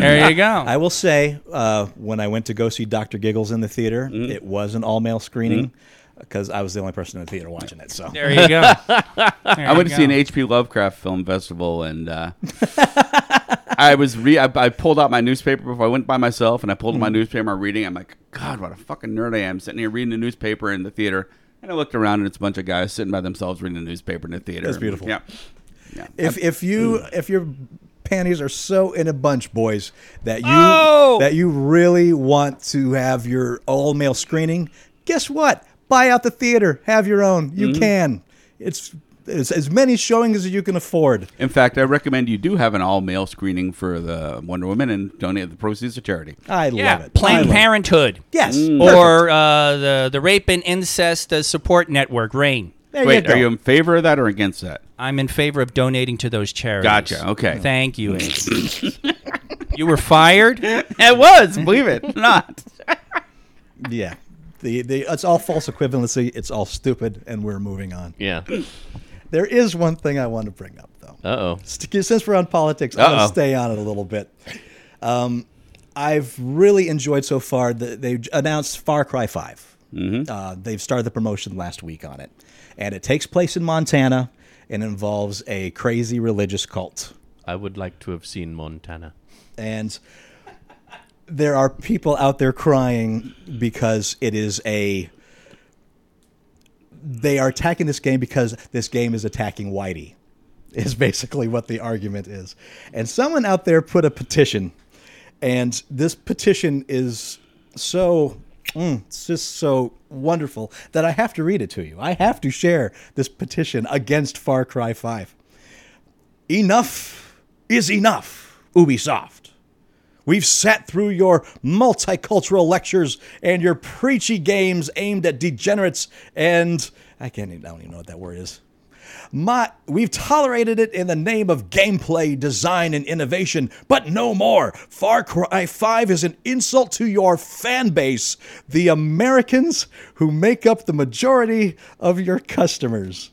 there you go. I will say, uh, when I went to go see Doctor Giggles in the theater, Mm-hmm. it was an all male screening because I was the only person in the theater watching it. So there you go. I went to see an H.P. Lovecraft film festival, and uh, I was re- I, I pulled out my newspaper before I went by myself, and I pulled out my Mm. newspaper. I'm reading. I'm like, God, what a fucking nerd I am, sitting here reading the newspaper in the theater. And I looked around, and it's a bunch of guys sitting by themselves reading the newspaper in the theater. That's beautiful. Yeah. if if you if your panties are so in a bunch, boys, that you Oh! that you really want to have your all male screening, guess what? Buy out the theater, have your own. You can. It's, it's as many showings as you can afford. In fact, I recommend you do have an all male screening for the Wonder Woman and donate the proceeds to charity. I yeah, love it. I Planned love it. Parenthood Yes. or uh, the the Rape and Incest uh, Support Network, RAIN. There Wait, you go. are you in favor of that or against that? I'm in favor of donating to those charities. Gotcha, okay. Thank you. Andy. you were fired. It was, believe it, not. yeah. The, the, it's all false equivalency. It's all stupid, and we're moving on. Yeah. Uh There is one thing I want to bring up, though. oh. St- Since we're on politics, I'm going Uh-oh. to stay on it a little bit. Um, I've really enjoyed so far that they announced Far Cry 5. Uh, they've started the promotion last week on it. And it takes place in Montana and involves a crazy religious cult. I would like to have seen Montana. And there are people out there crying because it is a. They are attacking this game because this game is attacking Whitey, is basically what the argument is. And someone out there put a petition, and this petition is so. mm, it's just so wonderful that I have to read it to you. I have to share this petition against Far Cry 5. Enough is enough, Ubisoft. We've sat through your multicultural lectures and your preachy games aimed at degenerates and I can't even, I don't even know what that word is. My, we've tolerated it in the name of gameplay, design, and innovation, but no more. Far Cry 5 is an insult to your fan base, the Americans who make up the majority of your customers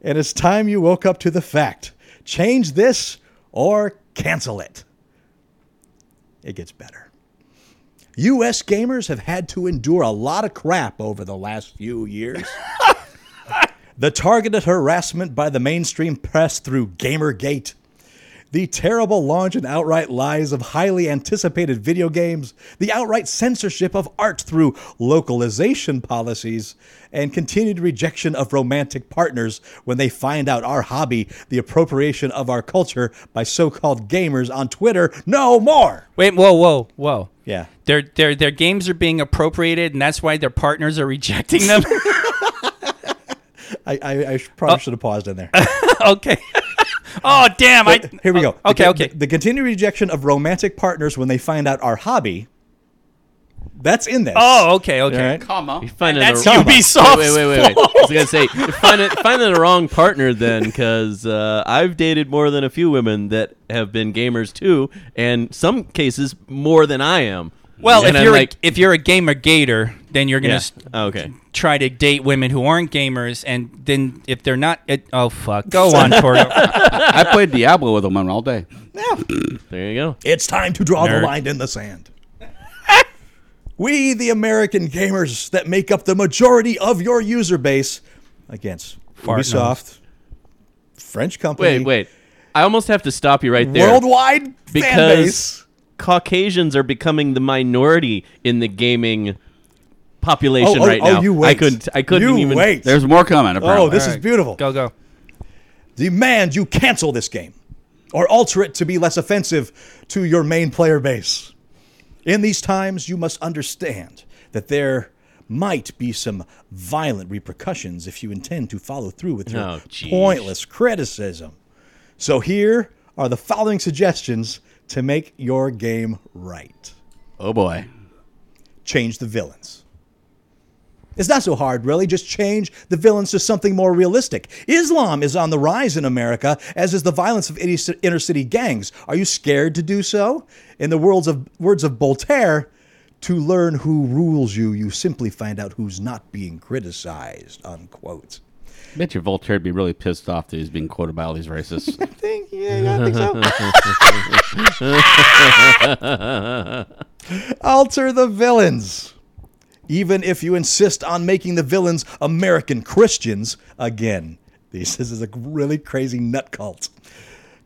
and it's time you woke up to the fact. Change this or cancel it. It gets better. US gamers have had to endure a lot of crap over the last few years. the targeted harassment by the mainstream press through Gamergate, the terrible launch and outright lies of highly anticipated video games, the outright censorship of art through localization policies, and continued rejection of romantic partners when they find out our hobby, the appropriation of our culture by so called gamers on Twitter, no more. Wait. Whoa. Whoa. Whoa. Yeah. Their their their games are being appropriated, and that's why their partners are rejecting them. I, I, I probably should have paused in there. okay. oh damn! I Here we go. The Okay. con- Okay. The, continued rejection of romantic partners when they find out our hobby. That's in this. Oh. Okay. Okay. All right. Comma. You find it That's a- Ubisoft's Wait, wait, wait, wait. I was gonna say, you find it, find it a wrong partner then, because uh, I've dated more than a few women that have been gamers too, and some cases more than I am. Well, and if I'm you're like, a, if you're a gamer gator, then you're gonna yeah, s- okay, try to date women who aren't gamers, and then if they're not, it, oh fuck, go on, Torto. I played Diablo with them all day. there you go. It's time to draw Nerd. the line in the sand. we, the American gamers that make up the majority of your user base, against Fart Ubisoft, French company, Wait, wait. I almost have to stop you right there. worldwide fan Because- base. Caucasians are becoming the minority in the gaming Oh, population right now. Oh, you wait! I couldn't. I couldn't You even. wait. There's more coming. Apparently. oh, this is beautiful. go go. demand you cancel this game or alter it to be less offensive to your main player base. In these times, you must understand that there might be some violent repercussions if you intend to follow through with your Oh, geez. pointless criticism. So, here are the following suggestions to make your game right Oh boy. change the villains. It's not so hard, really. Just change the villains to something more realistic. Islam is on the rise in America, as is the violence of inner- inner city gangs. Are you scared to do so? In the words of, words of Voltaire, to learn who rules you, you simply find out who's not being criticized. Unquote. I bet you Voltaire'd be really pissed off that he's being quoted by all these racists. Think, yeah, I think so. alter the villains. Even if you insist on making the villains American Christians, again, this is a really crazy nut cult.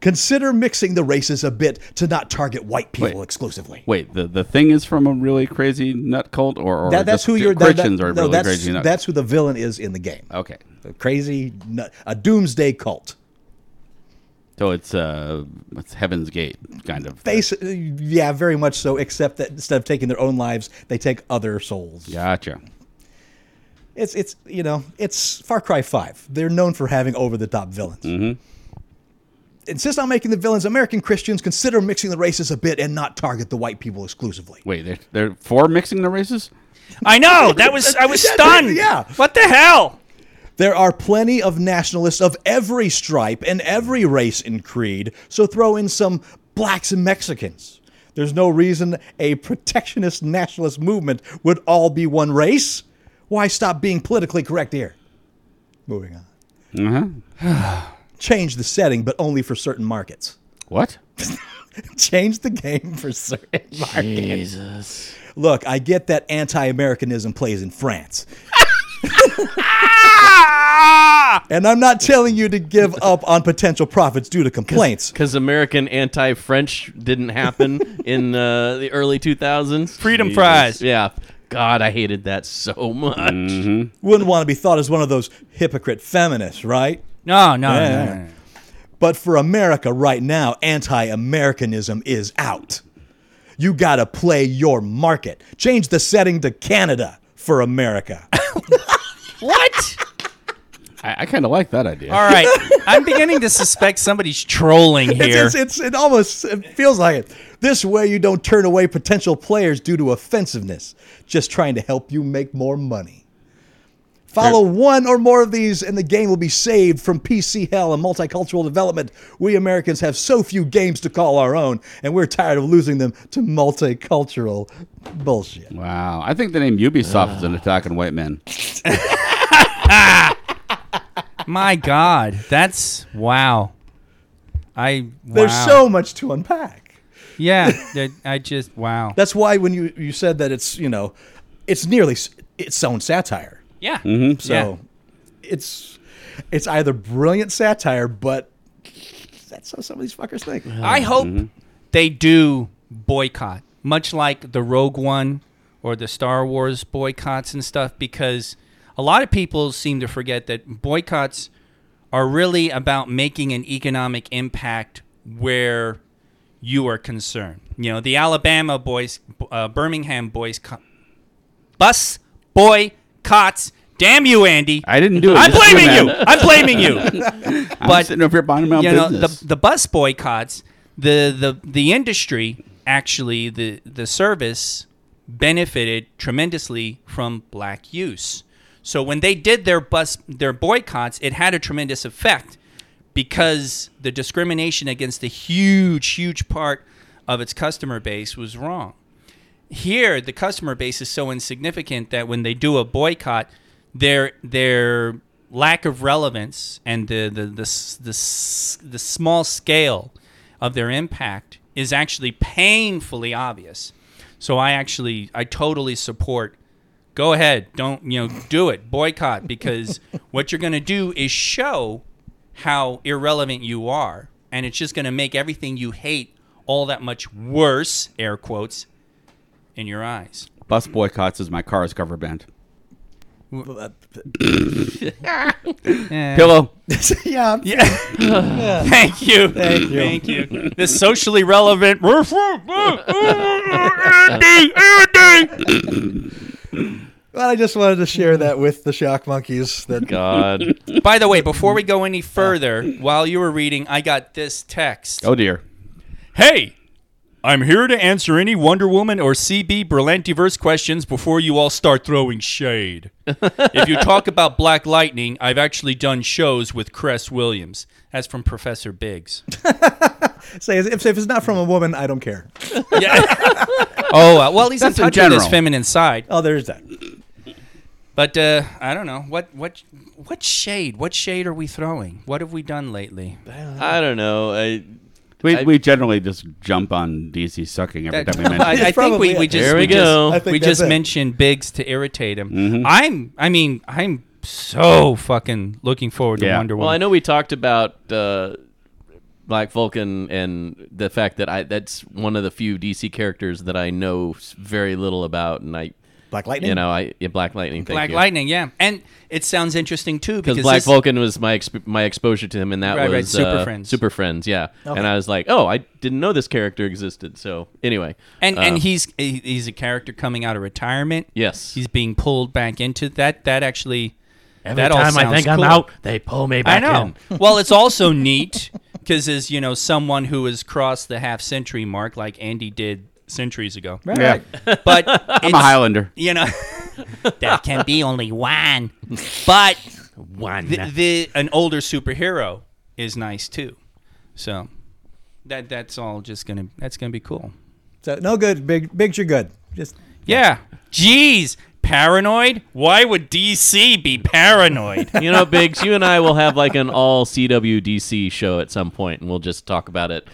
Consider mixing the races a bit to not target white people Wait. exclusively. Wait, the, the thing is from a really crazy nut cult, or, or That- that's just who you're. that- Christians that- are no, really that's, crazy nut. that's who the villain is in the game. okay. A crazy nut, a doomsday cult. So it's uh, it's Heaven's Gate kind of. Basi- yeah, very much so. Except that instead of taking their own lives, they take other souls. Gotcha. it's it's you know it's Far Cry Five. They're known for having over the top villains. Insist on making the villains American Christians. Consider mixing the races a bit and not target the white people exclusively. Wait, they're, they're for mixing the races? I know that was I was Yeah, stunned. yeah. What the hell? There are plenty of nationalists of every stripe and every race and creed, so throw in some blacks and Mexicans. There's no reason a protectionist nationalist movement would all be one race. Why stop being politically correct here? Moving on. Uh-huh. Change the setting, but only for certain markets. What? Change the game for certain markets. Jesus. Look, I get that anti Americanism plays in France. and I'm not telling you to give up on potential profits due to complaints. Because American anti-French didn't happen in uh, the early 2000s. Freedom fries. Mm-hmm. Yeah. God, I hated that so much. Wouldn't want to be thought as one of those hypocrite feminists, right? No, no, no, no, Yeah. no, no. But for America right now, anti Americanism is out. You got to play your market. Change the setting to Canada for America. What? I, I kind of like that idea. All right. I'm beginning to suspect somebody's trolling here. It's, it's, it's, it almost it feels like it. This way, you don't turn away potential players due to offensiveness, just trying to help you make more money. Follow one or more of these, and the game will be saved from PC hell and multicultural development. We Americans have so few games to call our own, and we're tired of losing them to multicultural bullshit. Wow. I think the name Ubisoft is an attack on white men. My God, that's wow. I wow. There's so much to unpack. yeah. that- I just wow. That's why when you, you said that it's you know, it's nearly s- its own satire. Yeah. So it's it's either brilliant satire, but that's how some of these fuckers think. I hope they do boycott, much like the Rogue One or the Star Wars boycotts and stuff, because a lot of people seem to forget that boycotts are really about making an economic impact where you are concerned. You know, the Alabama boys, uh, Birmingham boys, co- bus boycotts. Damn you, Andy! I didn't do it. I'm Just you, blaming you. man. I'm blaming you. I'm but- sitting over here buying my own you know business. the the bus boycotts the the the industry actually the the service benefited tremendously from black use so when they did their bus their boycotts it had a tremendous effect because the discrimination against a huge huge part of its customer base was wrong here the customer base is so insignificant that when they do a boycott their their lack of relevance and the the the, s- the, s- the small scale of their impact is actually painfully obvious so i actually i totally support go ahead don't you know do it boycott because what you're going to do is show how irrelevant you are and it's just going to make everything you hate all that much worse air quotes in your eyes. Bus boycotts is my car's cover band. Pillow. yeah, I'm- Yeah. Thank you. Thank you. Thank you. This socially relevant. Andy, Andy. Well, I just wanted to share that with the shock monkeys. That God. By the way, before we go any further, while you were reading, I got this text. Oh dear. Hey, I'm here to answer any Wonder Woman or CB Berlantiverse questions before you all start throwing shade. if you talk about Black Lightning, I've actually done shows with Cress Williams. That's from Professor Biggs. say if, if it's not from a woman, I don't care. Yeah. oh uh, well, he's That's in in touch with his general. feminine side. Oh, there's that. But uh, I don't know what what what shade what shade are we throwing? What have we done lately? I don't know. I, We, I- we generally just jump on DC sucking every That- time we mention Uh, I, it. I think probably we, we it. just There we we go. Mm-hmm. I just, think we that's just it. mentioned Biggs to irritate him. I'm I mean I'm so fucking looking forward to Yeah. Wonder Woman. well, I know we talked about uh, Black Vulcan and the fact that I that's one of the few DC characters that I know s- very little about, and I, Black Lightning. you know, I yeah, Black Lightning. Thank Black you. Lightning, yeah, and it sounds interesting too because because Black this- Vulcan was my exp- my exposure to him, and that Right, right, was Super uh, Friends. Super Friends, yeah. Okay. And I was like, oh, I didn't know this character existed. So anyway, and uh, and he's he- he's a character coming out of retirement. yes, he's being pulled back into that. That actually Every that all time I sounds think I'm cool. out, they pull me I back know. in. well, it's also neat because as you know, someone who has crossed the half century mark, like Andy did centuries ago. yeah. But I'm a Highlander. you know, that can be only one. But One. the, the an older superhero is nice too. So that that's all just gonna that's gonna be cool. So no good. Big bigs, you're good. Just Yeah. Jeez, paranoid. Why would DC be paranoid? you know, Biggs, you and I will have like an all CWDC show at some point, and we'll just talk about it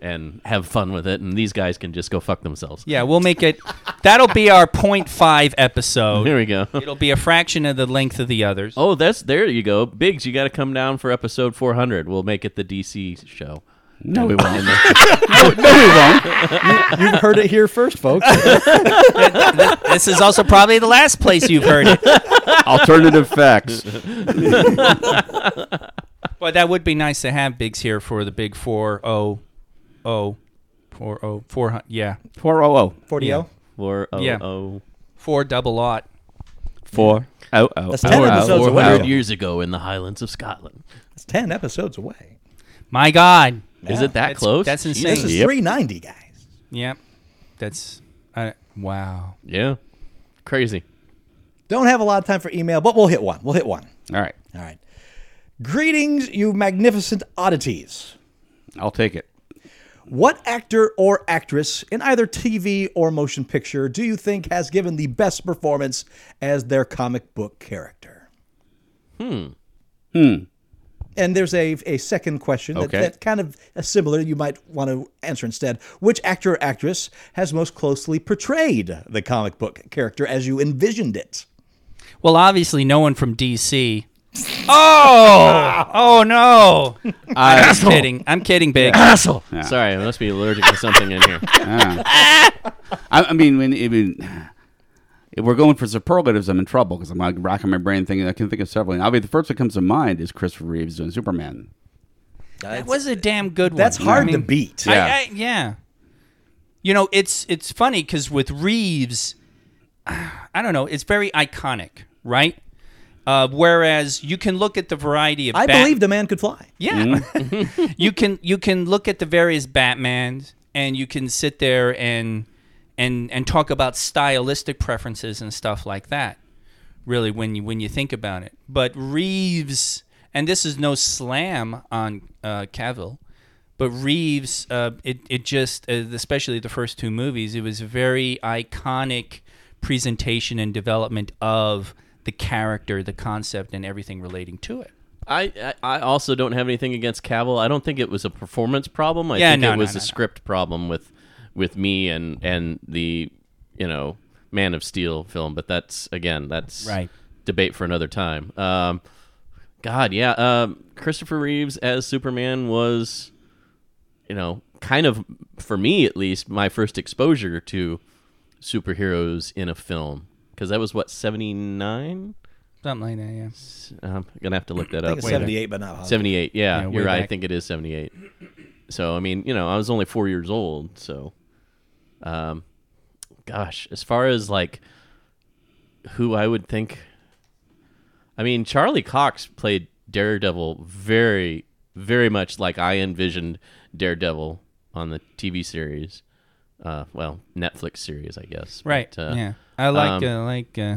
and have fun with it. And these guys can just go fuck themselves. yeah, we'll make it. That'll be our 0.5 episode. Here we go. It'll be a fraction of the length of the others. Oh, that's there you go, Biggs. You got to come down for episode 400. We'll make it the DC show. No, we won't. you heard it here first, folks. This is also probably the last place you've heard it. Alternative facts. But that would be nice to have Biggs here for the big oh, 400. 40, 400, oh, yeah. 400. Forty O. Four oh Yeah. oh. Four double lot. 400. Oh, oh, That's 10 episodes away. 400 years ago in the Highlands of Scotland. It's ten episodes away. My God. Is it that That's- close? that's Jesus. insane. This is Yep. three ninety, guys. Yep. That's. I wow. Yeah, crazy. Don't have a lot of time for email, but we'll hit one. We'll hit one. All right. All right. Greetings, you magnificent oddities. I'll take it. What actor or actress in either TV or motion picture do you think has given the best performance as their comic book character? Hmm. Hmm. And there's a, a second question that, Okay. that kind of is similar you might want to answer instead. Which actor or actress has most closely portrayed the comic book character as you envisioned it? Well, obviously, no one from DC. oh, oh no! I'm kidding. I'm kidding, Big. Sorry, I must be allergic to something in here. I, I mean, when I mean, if we're going for superlatives, I'm in trouble because I'm like racking my brain thinking I can think of several. And obviously, the first that comes to mind is Christopher Reeves doing Superman. That was a damn good one. That's hard I to mean, beat. I- Yeah. I- yeah. You know, it's it's funny because with Reeves, I don't know. It's very iconic, right? Uh, whereas you can look at the variety of I Bat- believed a man could fly. Yeah. you can you can look at the various Batmans and you can sit there and and and talk about stylistic preferences and stuff like that. Really when you when you think about it. But Reeves and this is no slam on uh, Cavill, but Reeves uh, it it just uh, especially the first two movies it was a very iconic presentation and development of the character, the concept and everything relating to it. I, I I also don't have anything against Cavill. I don't think it was a performance problem. I Yeah, think no, it no, was no, a no. script problem with with me and and the you know Man of Steel film. But that's again that's Right. debate for another time. Um, God, yeah. Um, Christopher Reeves as Superman was, you know, kind of for me at least my first exposure to superheroes in a film because that was what seventy nine. Something like that, yeah. I'm gonna have to look that I up. think it's later. 78, but not positive. 78 yeah, Yeah, way you're right i back. think it is 78 so i mean you know i was only four years old so um gosh as far as like who i would think i mean charlie cox played daredevil very very much like i envisioned daredevil on the tv series uh well netflix series i guess Right. But, uh, yeah. I like um, uh, like uh,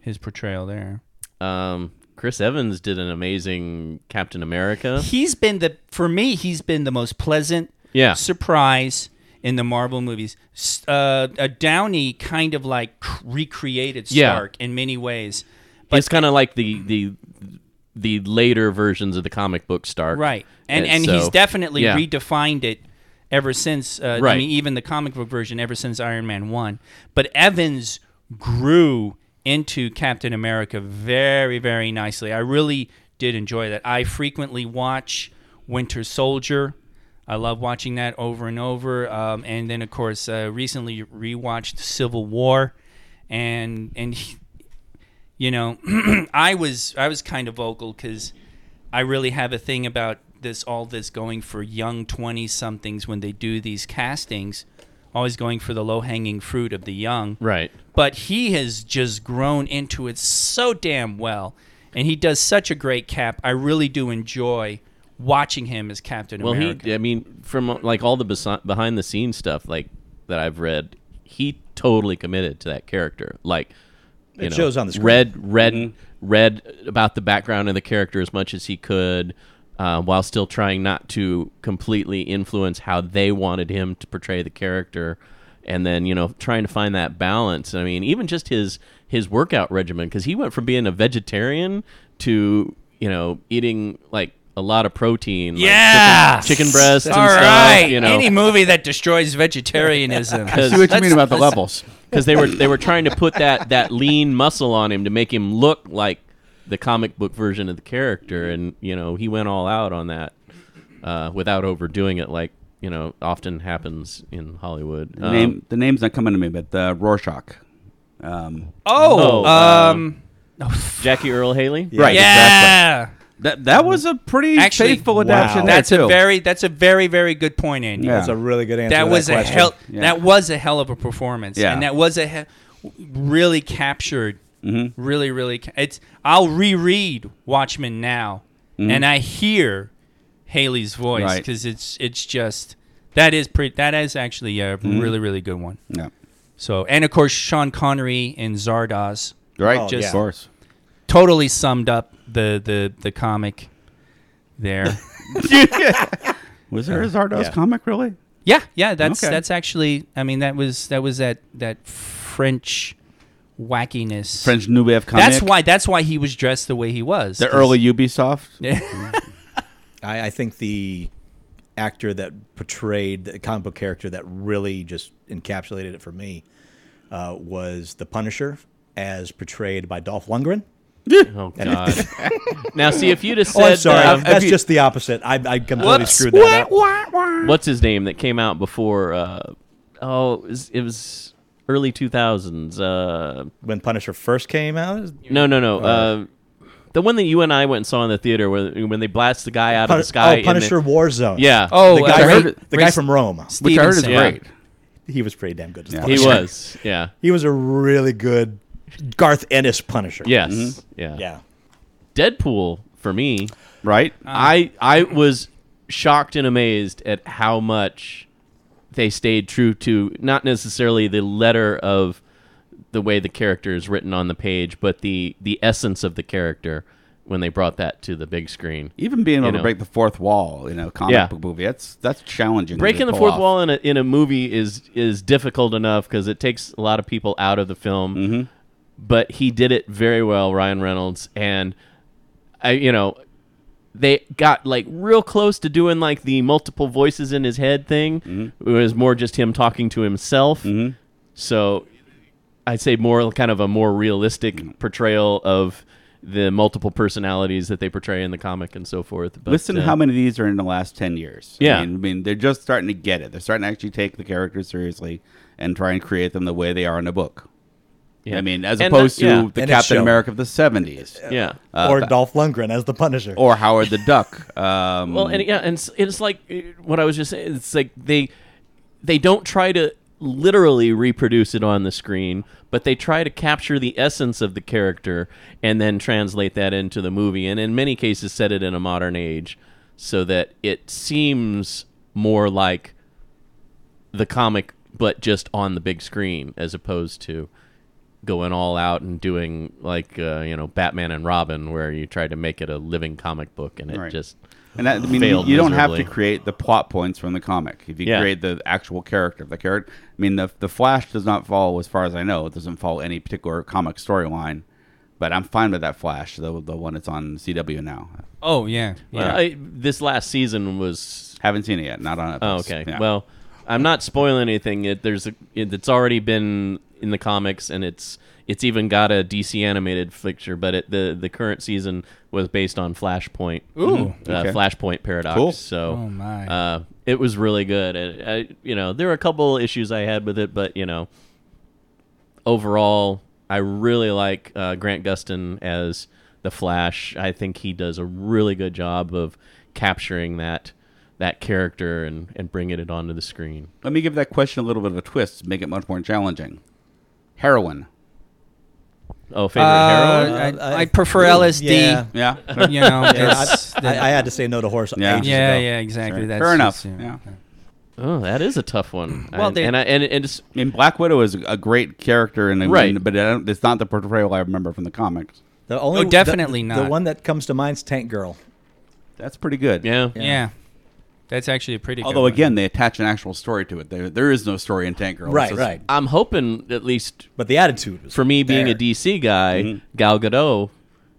his portrayal there. um chris evans did an amazing captain america He's been the for me. He's been the most pleasant Yeah. surprise in the Marvel movies. S- Uh, a Downey kind of like cr- recreated Yeah. Stark in many ways. it's kind of like the the the later versions of the comic book Stark, Right. And and, he's so- definitely yeah. redefined it ever since uh, I Right. mean even the comic book version ever since Iron Man 1. But Evans grew into Captain America very very nicely. I really did enjoy that. I frequently watch Winter Soldier. I love watching that over and over. Um, and then of course uh, recently rewatched Civil War and and he- you know i was i was kind of vocal because i really have a thing about this all this going for young 20 somethings when they do these castings always going for the low hanging fruit of the young right. but he has just grown into it so damn well and he does such a great cap i really do enjoy watching him as captain Well, america he, I mean, from like all the besi- behind the scenes stuff, like that I've read, he totally committed to that character. Like you It know, shows on the screen. read read read about the background of the character as much as he could, uh, while still trying not to completely influence how they wanted him to portray the character, and then you know trying to find that balance. I mean, even just his his workout regimen because he went from being a vegetarian to you know eating like a lot of protein, like chicken- Yeah! chicken, breasts, and All stuff, right. you know, Any movie that destroys vegetarianism. I see what you Let's- mean about the let's- levels. because they were they were trying to put that that lean muscle on him to make him look like the comic book version of the character, and you know he went all out on that uh, without overdoing it, like you know often happens in Hollywood. Um, The, name, the name's not coming to me, but the Rorschach. Um, Oh, Oh, um, Jackie Earl Haley, Right. yeah. That that was a pretty Actually, faithful adaptation. wow. there, That's a too. very that's a very very good point, Andy. Yeah. That's a really good answer. That to was a question. hell Yeah. that was a hell of a performance, Yeah. and that was a he- really captured, really really. Ca- it's I'll reread Watchmen now, and I hear Haley's voice Right. because it's it's just that is pretty that is actually a really really good one. Yeah. So and of course Sean Connery and Zardoz right. Oh, just yeah. of course. totally summed up the the the comic there. Was there a Zardoz comic really? Yeah, yeah, that's Okay. that's actually. I mean, that was that was that that French wackiness. French New Wave comic. That's why. That's why he was dressed the way he was. the 'cause- early Ubisoft. I, I think the actor that portrayed the comic book character that really just encapsulated it for me uh, was the Punisher, as portrayed by Dolph Lundgren. Oh God! now see if you'd have Oh, said, I'm sorry, uh, that's just the opposite. I, I completely Whoops. screwed that up. what's his name that came out before? Uh, oh, it was, it was early two thousands. Uh, When Punisher first came out, No, no, no. Uh, the one that you and I went and saw in the theater where when they blast the guy out of Pun- the sky. oh, in Punisher The, Warzone. yeah. Oh, the uh, guy, Ray- from, the guy Ray from Rome. Which I heard is Stevenson. Yeah. great. He was pretty damn good. As the Yeah. he Punisher. was. Yeah. He was a really good Garth Ennis Punisher. Yes. Yeah. Mm-hmm. Yeah. Deadpool for me. Right? I I was shocked and amazed at how much they stayed true to not necessarily the letter of the way the character is written on the page, but the the essence of the character when they brought that to the big screen. Even being able You to know. break the fourth wall in a comic Yeah. book movie, that's that's challenging. to breaking the pull fourth off. wall in a, in a movie is is difficult enough because it takes a lot of people out of the film Mm-hmm. but he did it very well ryan reynolds and i you know they got like real close to doing like the multiple voices in his head thing Mm-hmm. it was more just him talking to himself so i'd say more kind of a more Mm-hmm. realistic portrayal of the multiple personalities that they portray in the comic and so forth but, Listen to uh, how many of these are in the last ten years. Yeah. I mean, I mean, they're just starting to get it. They're starting to actually take the characters seriously and try and create them the way they are in the book. yeah. I mean, as And, uh, opposed to yeah, the And it's Captain shown. America of the seventies. yeah or Dolph Lundgren as the Punisher. Or Howard the Duck. Um, Well, and yeah, and it's, it's like uh, what I was just saying. It's like they they don't try to literally reproduce it on the screen, but they try to capture the essence of the character and then translate that into the movie, and in many cases, set it in a modern age so that it seems more like the comic, but just on the big screen as opposed to going all out and doing like uh, you know Batman and Robin, where you try to make it a living comic book, and it Right. just And that, I mean, you, failed you don't have to miserably. create the plot points from the comic. If you Yeah. create the actual character of the character, I mean, the the Flash does not follow, as far as I know, it doesn't follow any particular comic storyline. But I'm fine with that Flash, the the one that's on CW now. Oh yeah. Well, I, Uh, this last season was Haven't seen it yet. Not on. Netflix. oh, okay. Yeah. Well, I'm not spoiling anything. It, there's a, it, it's already been in the comics, and it's it's even got a DC animated picture. But it, the the current season was based on Flashpoint. Ooh. uh, Okay. Flashpoint Paradox. Cool. So, Oh, my. uh, it was really good. I, I, you know, there were a couple issues I had with it, but you know, overall, I really like uh, Grant Gustin as the Flash. I think he does a really good job of capturing that that character and and bringing it onto the screen. let me give that question a little bit of a twist, to make it much more challenging. Heroin. Oh, favorite Uh, hero? I, I prefer LSD. Yeah. Yeah. You know. Yeah, that's- I, I, I had to say no to horse. Yeah. ages yeah, ago. yeah, exactly. Fair That's enough. just, you know. Yeah. Oh, that is a tough one. Well, I- they- and I, and and it's, I mean, Black Widow is a great character, and Right. but I don't, it's not the portrayal I remember from the comics. The only Oh, the- definitely the, not. one that comes to mind's Tank Oh, Girl. That's pretty good. yeah, Yeah. That's actually a pretty. good Although one. again, they attach an actual story to it. There, there is no story in Tank Girl. It's Right, just- right. I'm hoping at least But the attitude was for me being there. Mm-hmm. a DC guy, Gal Gadot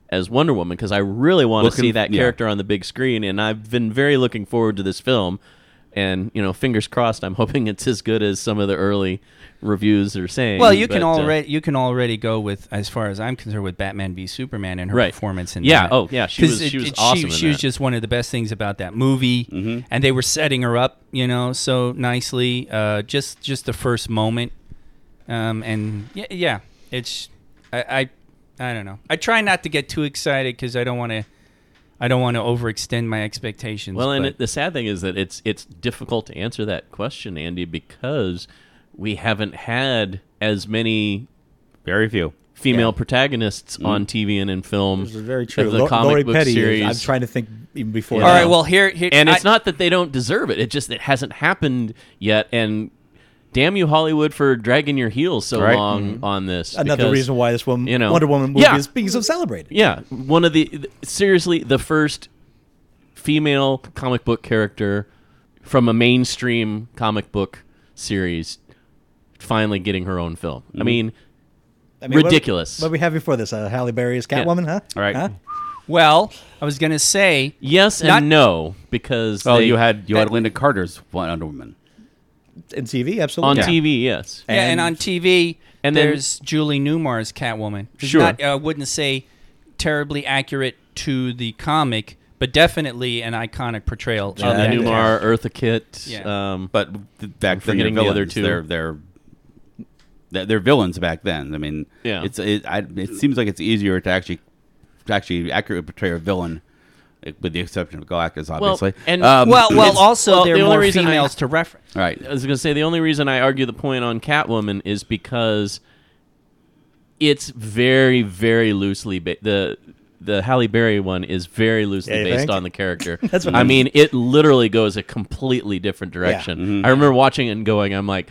as Wonder Woman because I really want to Looking- see that yeah. character on the big screen, and I've been very looking forward to this film. And you know, fingers crossed. I'm hoping it's as good as some of the early reviews are saying. Well, you can but, uh, already you can already go with as far as I'm concerned with Batman v Superman and her Right. performance in Yeah, that. oh, yeah, she 'Cause was- she was it- awesome in She, was that. Mm-hmm. just one of the best things about that movie, and they were setting her up, you know, so nicely. Uh, just just the first moment, um, and yeah, yeah, it's I, I I don't know. I try not to get too excited because I don't want to I don't want to overextend my expectations. Well, and but- it, the sad thing is that it's it's difficult to answer that question, Andy, because we haven't had as many Very few. female protagonists on TV and in film. Mm. This is very true. of The Lo- comic Lori book Petty. is- series. I'm trying to think even before. Yeah. all right, that. well here here and it's I- not that they don't deserve it. It just it hasn't happened yet. And damn you, Hollywood, for dragging your heels so Right. Mm-hmm. long on this. another because, reason why this woman, you know, Wonder Woman movie yeah. is being so celebrated. Yeah, one of the th- seriously the first female comic book character from a mainstream comic book series finally getting her own film. Mm-hmm. I mean, I mean, what- Ridiculous. What, are we having for this? Uh, Halle Berry as Yeah. Catwoman, huh? All right. Huh? well, I was gonna say yes and Not- no because Well, they- Oh, you had you had that- Linda Carter's Wonder Woman. In TV, absolutely. on TV, yes. Yeah, and And- on TV, and then- there's Julie Newmar's Catwoman. It's Sure. not- I wouldn't say terribly accurate to the comic, but definitely an iconic portrayal. of Uh, that Numar, character. Eartha Kitt, Yeah. um, But th- back then, forgetting they're the other villains. two. They're they're they're, they're villains back then. I mean, Yeah. it's it, I, it seems like it's easier to actually to actually accurately portray a villain, eh, with the exception of Galactus, obviously. Uh, and- Well, well, Um, It's- also well, there the are only more reason I- females to reference. all right, I was going to say the only reason I argue the point on Catwoman is because it's very, very loosely ba- the the Halle Berry one is very loosely Yeah, you based think? on the character. That's what I I mean. It literally goes a completely different direction. Mm-hmm. I remember watching it and going, "I'm like,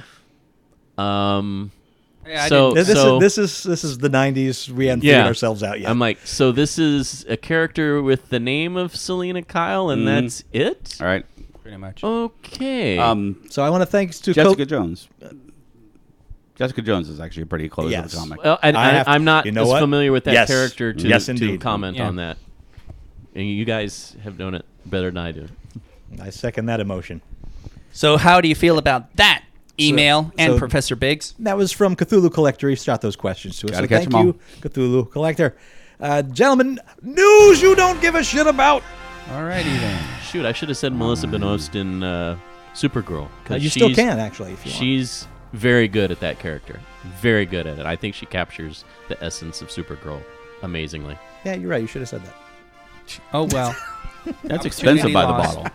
um, Yeah, I so didn't- This, so is, this is this is the '90s. We hadn't figured ourselves out yet. I'm like, so this is a character with the name of Selena Kyle, and Mm-hmm. that's it. all right. pretty much. Oh. Okay. Um, so I want to thanks to Jessica Co- Jones. Jessica Jones is actually pretty close Yes. to the comic. Well, and I I have to- I'm not you know as what? familiar with that Yes. character to, Yes, to indeed. comment Yeah. on that. And you guys have known it better than I do. I second that emotion. so how do you feel about that email and so- Professor Biggs? That was from Cthulhu Collector. He shot those questions to us. Gotta so catch thank 'em all. you, Cthulhu Collector. Uh, gentlemen, news you don't give a shit about. Alrighty then. Shoot, I should have said Melissa Benoist in uh, Supergirl. 'cause Uh, you still she's- can actually if you want. She's very good at that character. Very good at it. I think she captures the essence of Supergirl amazingly. Yeah, you're right. You should have said that. Oh well, That's expensive by the lost. bottle.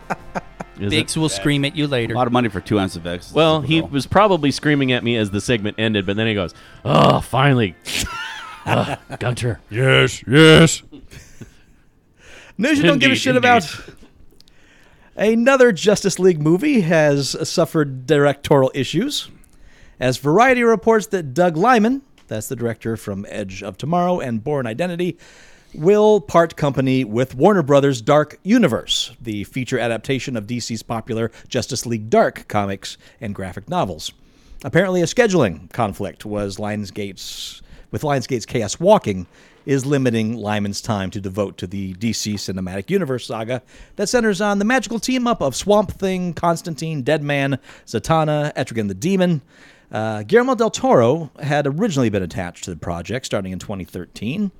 Is it? Biggs will scream at A you later. lot of money for two ounces of X. Well, he was probably screaming at me as the segment ended, but then he goes, "Oh, finally, Ugh, Gunter." Yes, yes. News you don't give a Indeed, shit indeed. about. Another Justice League movie has suffered directorial issues, as Variety reports that Doug Lyman, that's the director from Edge of Tomorrow and Born Identity, will part company with Warner Brothers' Dark Universe, the feature adaptation of DC's popular Justice League Dark comics and graphic novels. Apparently, a scheduling conflict was Lionsgate's with Lionsgate's Chaos Walking is limiting Lyman's time to devote to the DC Cinematic Universe saga that centers on the magical team up of Swamp Thing, Constantine, Deadman, Zatanna, Etrigan the Demon. Uh, Guillermo del Toro had originally been attached to the project starting in 2013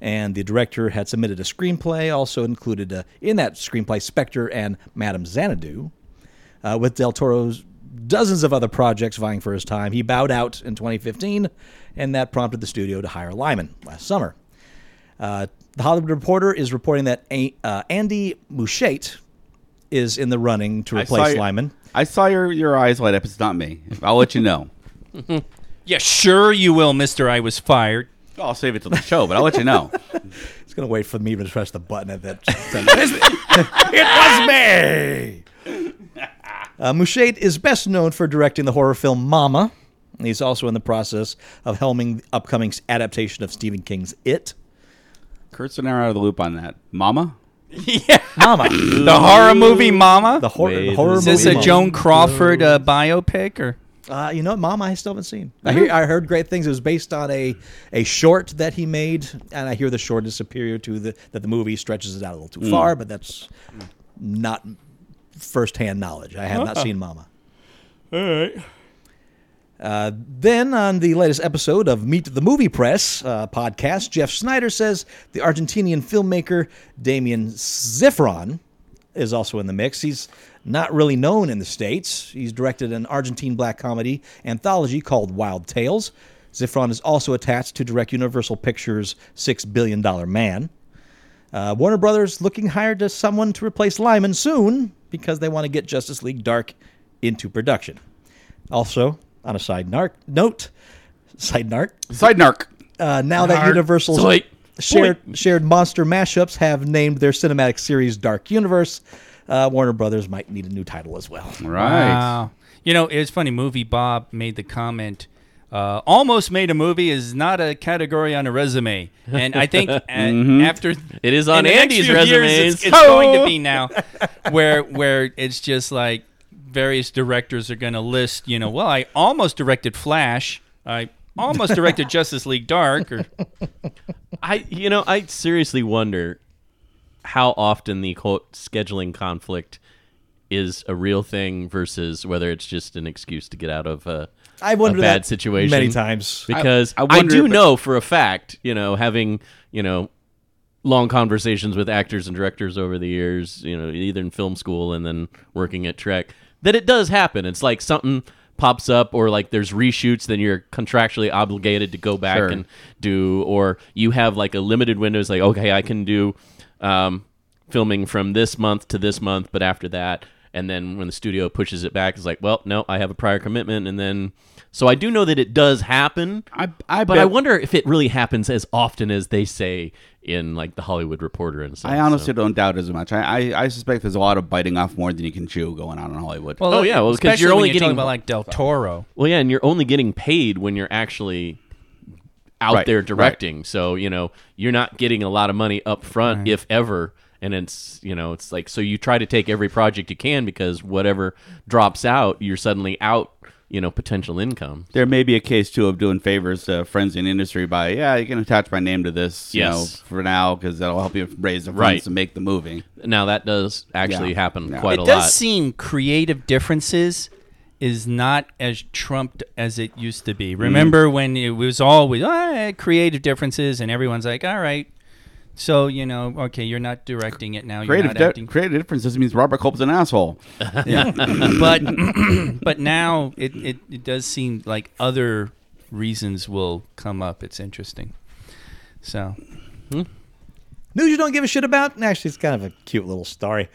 and the director had submitted a screenplay, also included uh, in that screenplay Spectre and Madame Xanadu. Uh, with Del Toro's dozens of other projects vying for his time, he bowed out in 2015, and that prompted the studio to hire Lyman last summer. Uh, the Hollywood Reporter is reporting that a- uh, Andy Muschietti is in the running to I saw replace your- Lyman. I saw your, your eyes light up. It's not me. I'll let you know. yeah, sure you will, Mister. I was fired. I'll save it till the show, but I'll let you know. He's gonna wait for me to press the button at that. it was me. Uh, Mouchette is best known for directing the horror film Mama. And He's also in the process of helming the upcoming adaptation of Stephen King's It. Kurtz and I are out of the loop on that. Mama? yeah. Mama, The horror movie Mama? the horror, Wait, horror Is movie. this a Mama. Joan Crawford uh, biopic or? Uh, you know, Mama, I still haven't seen. I, hear, I heard great things. It was based on a, a short that he made, and I hear the short is superior to the that the movie stretches it out a little too far. But that's not firsthand knowledge. I have not seen Mama. All right. Uh, then on the latest episode of Meet the Movie Press uh, podcast, Jeff Snyder says the Argentinian filmmaker Damien Zifron is also in the mix. He's not really known in the States. He's directed an Argentine black comedy anthology called Wild Tales. Zifron is also attached to direct Universal Pictures' $6 billion man. Uh, Warner Brothers looking higher to someone to replace Lyman soon because they want to get Justice League Dark into production. Also, on a side narc note, side narc, Side narc. uh, now that Universal's Zoink. shared shared monster mashups have named their cinematic series Dark Universe, uh, Warner Brothers might need a new title as well. Right. Wow. You know, it's funny. Movie Bob made the comment. Uh, almost made a movie is not a category on a resume, and I think a- after Mm-hmm. It is in on the next Andy's few years, resumes. it's, it's going to be now, where where it's just like various directors are going to list. You know, well, I almost directed Flash. I almost directed Justice League Dark. Or I you know I seriously wonder how often the quote scheduling conflict is a real thing versus whether it's just an excuse to get out of a, I a wondered bad that situation many times. because I- I, I wonder do if it- know for a fact you know having you know long conversations with actors and directors over the years you know either in film school and then working at Trek that it does happen it's like something pops up or like there's reshoots then you're contractually obligated to go back Sure. and do or you have like a limited window it's like okay i can do um, filming from this month to this month but after that and then when the studio pushes it back it's like well no i have a prior commitment and then so i do know that it does happen I- I but bet- i wonder if it really happens as often as they say in like the hollywood reporter and stuff I so. honestly don't doubt as much. I, I, I suspect there's a lot of biting off more than you can chew going on in Hollywood. Oh, yeah, well, 'cause especially you're when only talking getting- about like Del Toro. well yeah and you're only getting paid when you're actually out Right, there right. directing so you know you're not getting a lot of money up front if ever and it's you know it's like so you try to take every project you can because whatever drops out you're suddenly out you know potential income there may be a case too of doing favors to friends in industry by yeah you can attach my name to this you know Yes. for now because that'll help you raise the funds Right. to make the movie now that does actually Yeah. happen Yeah. quite it a does lot seem creative differences is not as trumped as it used to be. Remember when it was always ah, creative differences and everyone's like, all right, so you know, okay, you're not directing it now. creative you're not di- acting. creative difference doesn't mean Robert Culp's an asshole but but now it, it, it does seem like other reasons will come up. It's interesting. So News you don't give a shit about? Actually, it's kind of a cute little story.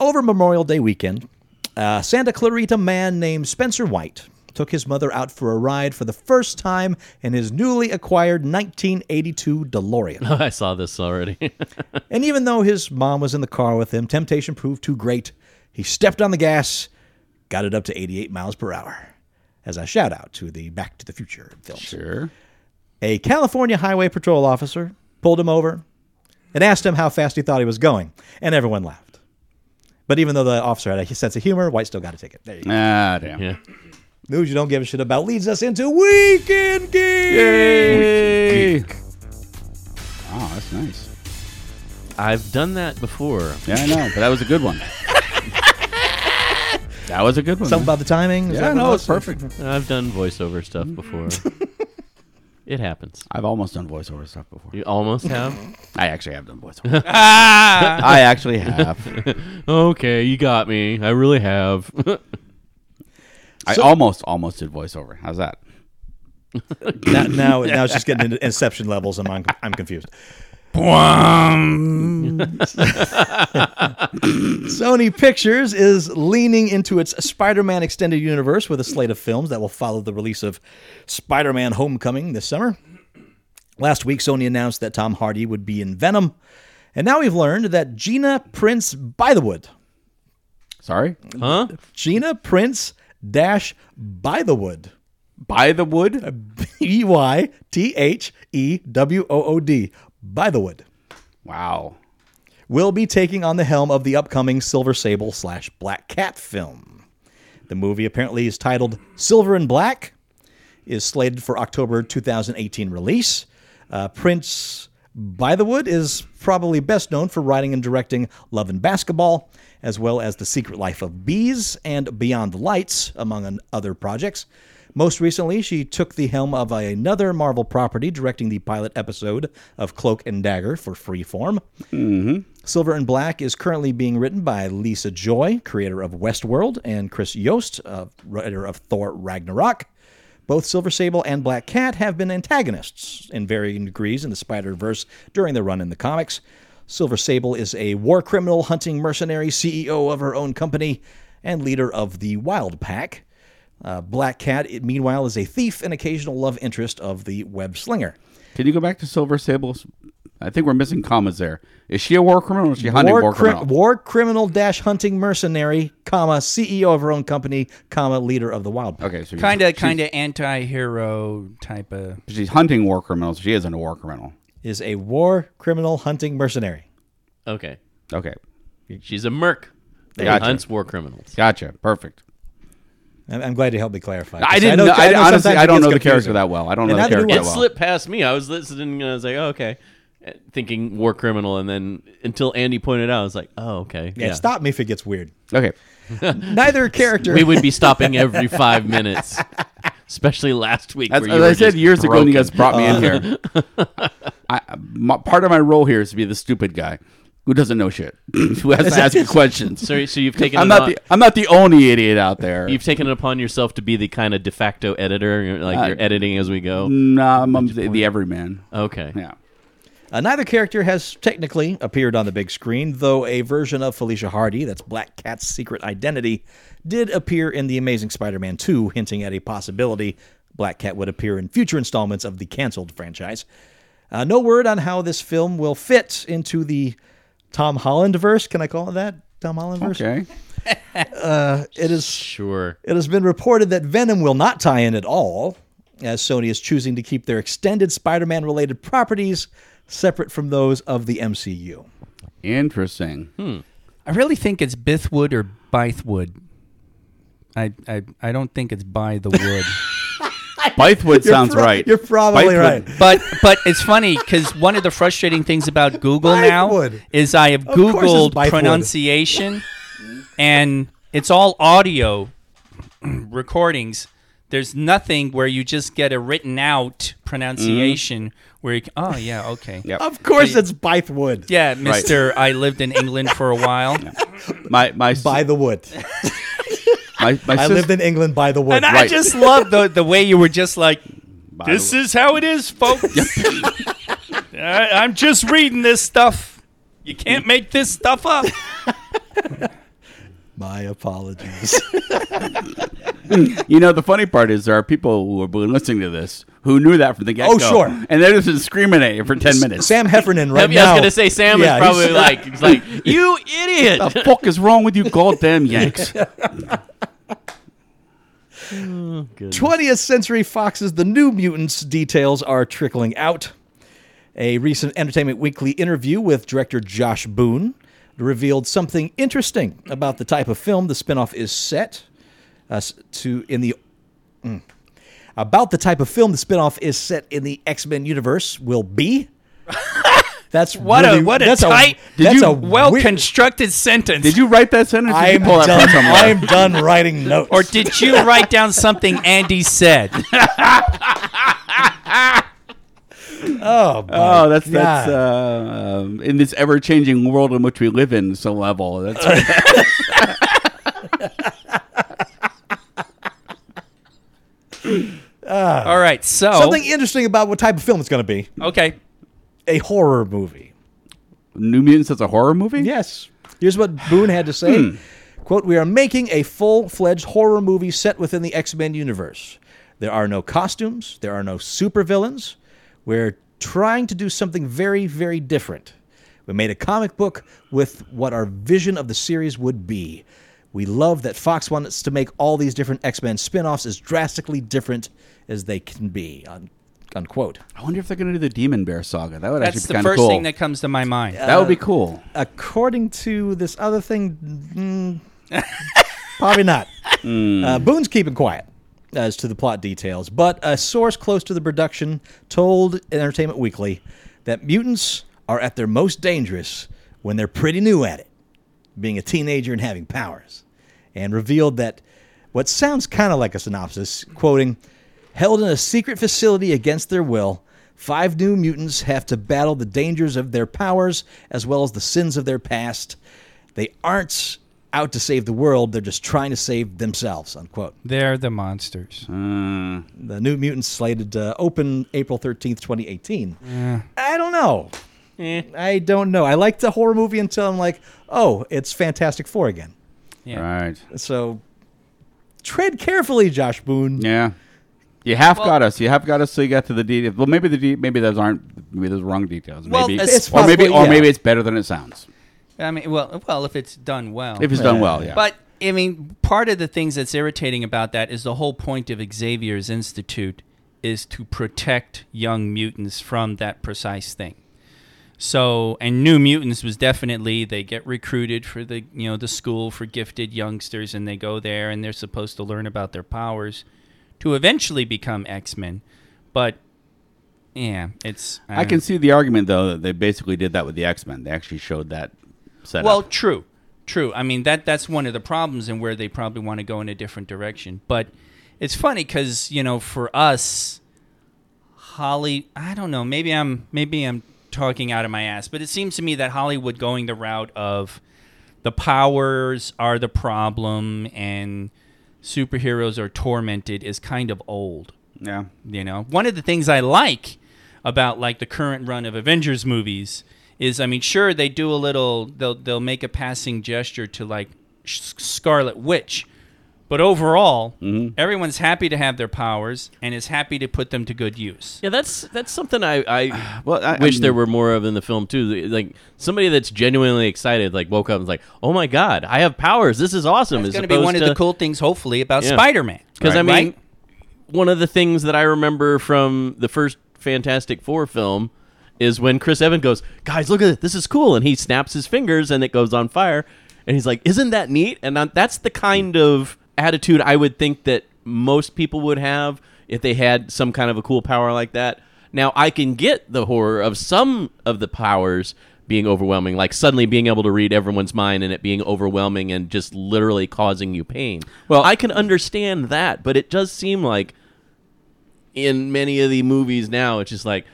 Over Memorial Day weekend, a Santa Clarita man named Spencer White took his mother out for a ride for the first time in his newly acquired 1982 DeLorean. i saw this already And even though his mom was in the car with him, temptation proved too great. He stepped on the gas, got it up to 88 miles per hour. As a shout out to the Back to the Future film. sure A California Highway Patrol officer pulled him over and asked him how fast he thought he was going, and everyone laughed. But even though the officer had a sense of humor, White still got a ticket. There you go. ah damn yeah News you don't give a shit about leads us into Weekend Geek. oh that's nice i've done that before yeah I know but that was a good one that was a good one Something man. about the timing. Is that yeah what no it it's was? perfect i've done voiceover stuff before Mm-hmm. it happens I've almost done voiceover stuff before you almost have I actually have done voiceover I actually have okay you got me i really have I almost almost did voiceover how's that Now, now, now it's just getting into Inception levels, and I'm, I'm confused. Sony Pictures is leaning into its Spider Man extended universe with a slate of films that will follow the release of Spider Man Homecoming this summer. Last week, Sony announced that Tom Hardy would be in Venom. And now we've learned that Gina Prince Bythewood Sorry? Huh? Gina Prince dash by the wood. By the wood? B Y T H E W O O D. By the wood. Wow. will be taking on the helm of the upcoming Silver Sable slash Black Cat film. The movie apparently is titled Silver and Black, is slated for October 2018 release. Uh, Prince Bythewood is probably best known for writing and directing Love and Basketball, as well as The Secret Life of Bees and Beyond the Lights, among an- other projects. Most recently, she took the helm of another Marvel property, directing the pilot episode of Cloak and Dagger for Freeform. Silver and Black is currently being written by Lisa Joy, creator of Westworld, and Chris Yost, uh, writer of Thor Ragnarok. Both Silver Sable and Black Cat have been antagonists in varying degrees in the Spider Verse during their run in the comics. Silver Sable is a war criminal hunting mercenary, CEO of her own company, and leader of the Wild Pack. Uh, Black Cat, meanwhile, is a thief and occasional love interest of the web slinger. Can you go back to Silver Sables? I think we're missing commas there. Is she a war criminal or is she hunting war, cri- criminal? war criminal dash hunting mercenary, comma CEO of her own company, comma leader of the wild. Pack. okay, so Kind of, kind of anti-hero type of. she's, she's hunting war criminals. She isn't a war criminal. Is a war criminal hunting mercenary. Okay. Okay. She's a merc. They Gotcha. hunts war criminals. Gotcha. Perfect. I'm, I'm glad you helped me clarify. I didn't know, I, honestly, I don't know the character that well. I don't And know the neither do character I. that It well. slipped past me. I was listening and I was like, oh, okay. Uh, Thinking war criminal, and then until Andy pointed out, I was like, oh, okay. Yeah, stop me if it gets weird. Okay. Neither character. We would be stopping every five minutes, especially last week. As, where as you I were said just years ago when you broken. guys brought me in here, I, my, part of my role here is to be the stupid guy who doesn't know shit, who has to ask you questions. So, so you've taken I'm it not on- the I'm not the only idiot out there. you've taken it upon yourself to be the kind of de facto editor. You're, Uh, like you're editing as we go. Nah, I'm, I'm the, the everyman. Okay. Yeah. Uh, neither character has technically appeared on the big screen, though a version of Felicia Hardy, that's Black Cat's secret identity, did appear in The Amazing Spider Man 2, hinting at a possibility Black Cat would appear in future installments of the canceled franchise. Uh, no word on how this film will fit into the Tom Holland verse. Can I call it that? Tom Holland verse? Okay. It is Sure. it has been reported that Venom will not tie in at all, as Sony is choosing to keep their extended Spider Man related properties separate from those of the MCU. Interesting. Hmm. I really think it's Bithwood or Bythewood. I, I I don't think it's by the wood. Bythewood sounds pro- right. you're probably Bythewood. right. but but it's funny because one of the frustrating things about Google now Bythewood. is I have course it's Googled Bythewood. pronunciation, and it's all audio recordings. There's nothing where you just get a written out pronunciation Mm-hmm. where you can, oh yeah okay Yep. Of course, it's Bythewood. yeah Mister I lived in England for a while My my s- By the wood. my, my I sis- lived in England by the wood. and I Right. just love the the way you were just like by the this way. is how it is, folks. I, I'm just reading this stuff. You can't make this stuff up. My apologies. you know the funny part is there are people who are listening to this who knew that from the get go. Oh, sure. And they're just discriminating for ten minutes. Sam Heffernan, right I now. was gonna say Sam Yeah, he's- is probably like he's like you idiot. the fuck is wrong with you, goddamn Yanks? 20th Century Fox's The New Mutants details are trickling out. A recent Entertainment Weekly interview with director Josh Boone revealed something interesting about the type of film the spinoff is set uh, s- to in the mm. about the type of film the spinoff is set in the X-Men universe will be. That's What really- a what a that's tight, A, that's that's a a well weird- constructed sentence. Did you write that sentence? Or did you I'm pull that from done. somewhere? I'm done writing notes. or did you write down something Andy said? oh, my Oh, that's that's God. uh, um, in this ever-changing world in which we live in. Some level. That's All right, so something interesting about what type of film it's going to be. okay. a horror movie. New Mutants as a horror movie. Yes. Here's what Boone had to say. Quote, we are making a full-fledged horror movie set within the X-Men universe. There are no costumes, there are no supervillains. We're trying to do something very, very different. We made a comic book with what our vision of the series would be. We love that Fox wants to make all these different X Men spin offs as drastically different as they can be. Un- unquote. I wonder if they're going to do the Demon Bear saga. That would That's actually be the kind of first cool. thing that uh, comes to my mind. that would be cool. According to this other thing, mm, probably not. Uh, Boone's keeping quiet as to the plot details, but a source close to the production told Entertainment Weekly that mutants are at their most dangerous when they're pretty new at it, being a teenager and having powers, and revealed that what sounds kind of like a synopsis, quoting, held in a secret facility against their will. Five new mutants have to battle the dangers of their powers as well as the sins of their past. They aren't out to save the world, they're just trying to save themselves, unquote. They're the monsters. The New Mutants slated to open April 13th, 2018. I don't know. Eh, I don't know. I liked the horror movie until I'm like, oh, it's Fantastic Four again. Yeah. Right. So tread carefully, Josh Boone. Yeah. You have got us. You have got us. So you got to the de- well. Maybe the de- maybe those aren't maybe those are wrong details. Well, Maybe it's or maybe possible, or yeah. maybe it's better than it sounds I mean, well, well, if it's done well. if it's done well. Yeah. But I mean, part of the things that's irritating about that is the whole point of Xavier's Institute is to protect young mutants from that precise thing. So, and New Mutants was definitely they get recruited for the you know the school for gifted youngsters, and they go there and they're supposed to learn about their powers to eventually become X Men. But yeah, it's I can see the argument though that they basically did that with the X Men. They actually showed that setup. Well, true, true. I mean that that's one of the problems and where they probably want to go in a different direction. But it's funny because you know for us, Holly, I don't know. Maybe I'm maybe I'm talking out of my ass, but it seems to me that Hollywood going the route of the powers are the problem and superheroes are tormented is kind of old yeah. you know one of the things i like about like the current run of avengers movies is i mean sure they do a little they'll they'll make a passing gesture to like S- scarlet witch but overall Mm-hmm. everyone's happy to have their powers and is happy to put them to good use Yeah, that's that's something I, I Well, I wish I there were more of in the film too. Like somebody that's genuinely excited, like woke up and was like, "Oh my god, I have powers! This is awesome!" it's going to be one of the cool things hopefully about Yeah. spider-man because I mean, Right? one of the things that I remember from the first Fantastic Four film is when Chris Evans goes, "Guys, look at this! This is cool!" and he snaps his fingers and it goes on fire, and he's like, "Isn't that neat?" And I'm- that's the kind of attitude I would think that most people would have if they had some kind of a cool power like that. Now I can get the horror of some of the powers being overwhelming, like suddenly being able to read everyone's mind and it being overwhelming and just literally causing you pain. Well, I can understand that, but it does seem like in many of the movies now, it's just like,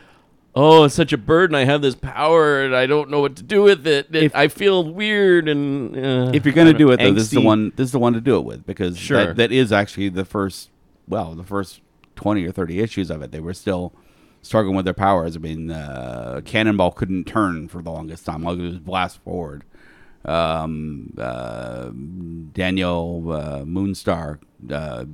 oh, it's such a burden. I have this power and I don't know what to do with it. It- I feel weird and uh, if you're going to do it though, this is the angsty. one. This is the one to do it with because Sure. that, that is actually the first. Well, the first twenty or thirty issues of it, they were still struggling with their powers. I mean, uh, Cannonball couldn't turn for the longest time; all it was blast forward. Um, uh, Daniel uh, Moonstar, uh,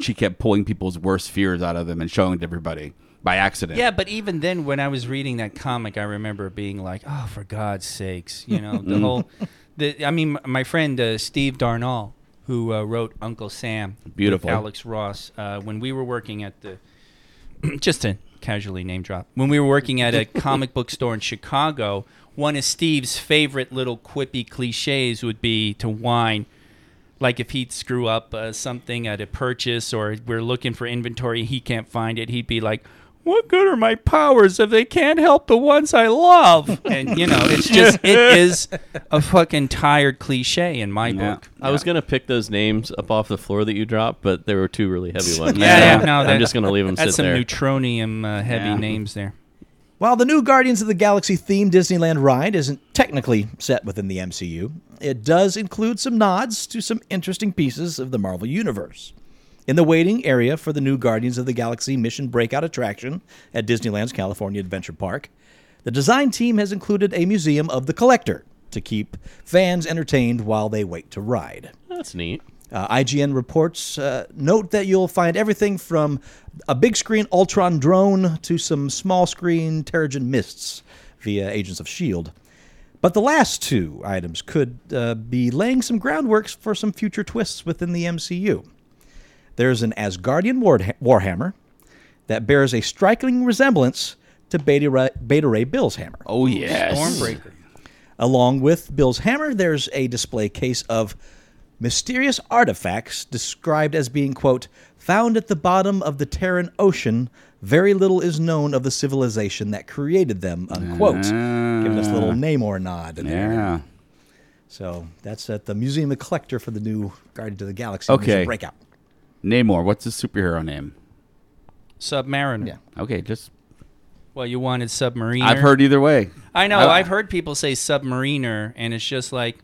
she kept pulling people's worst fears out of them and showing it to everybody by accident. Yeah, but even then, when I was reading that comic, I remember being like, "Oh, for God's sakes!" You know, the whole. The, I mean, my friend uh, Steve Darnall, who uh, wrote Uncle Sam, with Beautiful. Alex Ross. Uh, when we were working at the, just to casually name drop, when we were working at a comic book store in Chicago, one of Steve's favorite little quippy cliches would be to whine like if he'd screw up uh, something at a purchase or we're looking for inventory he can't find it he'd be like what good are my powers if they can't help the ones i love and you know it's just it is a fucking tired cliche in my Yeah. book I was gonna pick those names up off the floor that you dropped, but there were two really heavy ones. yeah, yeah, So no, I'm that- just gonna leave them sit that's some there. neutronium uh, heavy Yeah. names there While the new Guardians of the Galaxy themed Disneyland ride isn't technically set within the MCU, it does include some nods to some interesting pieces of the Marvel Universe. In the waiting area for the new Guardians of the Galaxy Mission Breakout attraction at Disneyland's California Adventure Park, the design team has included a museum of the collector to keep fans entertained while they wait to ride. that's neat. Uh, IGN reports uh, note that you'll find everything from a big screen Ultron drone to some small screen Terrigen mists via Agents of S.H.I.E.L.D. E But the last two items could uh, be laying some groundwork for some future twists within the MCU. There's an Asgardian Ward- Warhammer that bears a striking resemblance to Beta Ray, Beta Ray Bill's hammer. Oh yes. Stormbreaker. Along with Bill's hammer, there's a display case of mysterious artifacts described as being, quote, found at the bottom of the Terran Ocean. Very little is known of the civilization that created them, unquote. Giving us a little Namor nod in there. Ah. Yeah. So that's at the Museum of Collector for the new Guardians of the Galaxy Okay. Museum Breakout. Namor. What's his superhero name? Submariner. Yeah. Okay, just Well, you wanted submariner. I've heard either way. I know. I- I've heard people say submariner, and it's just like.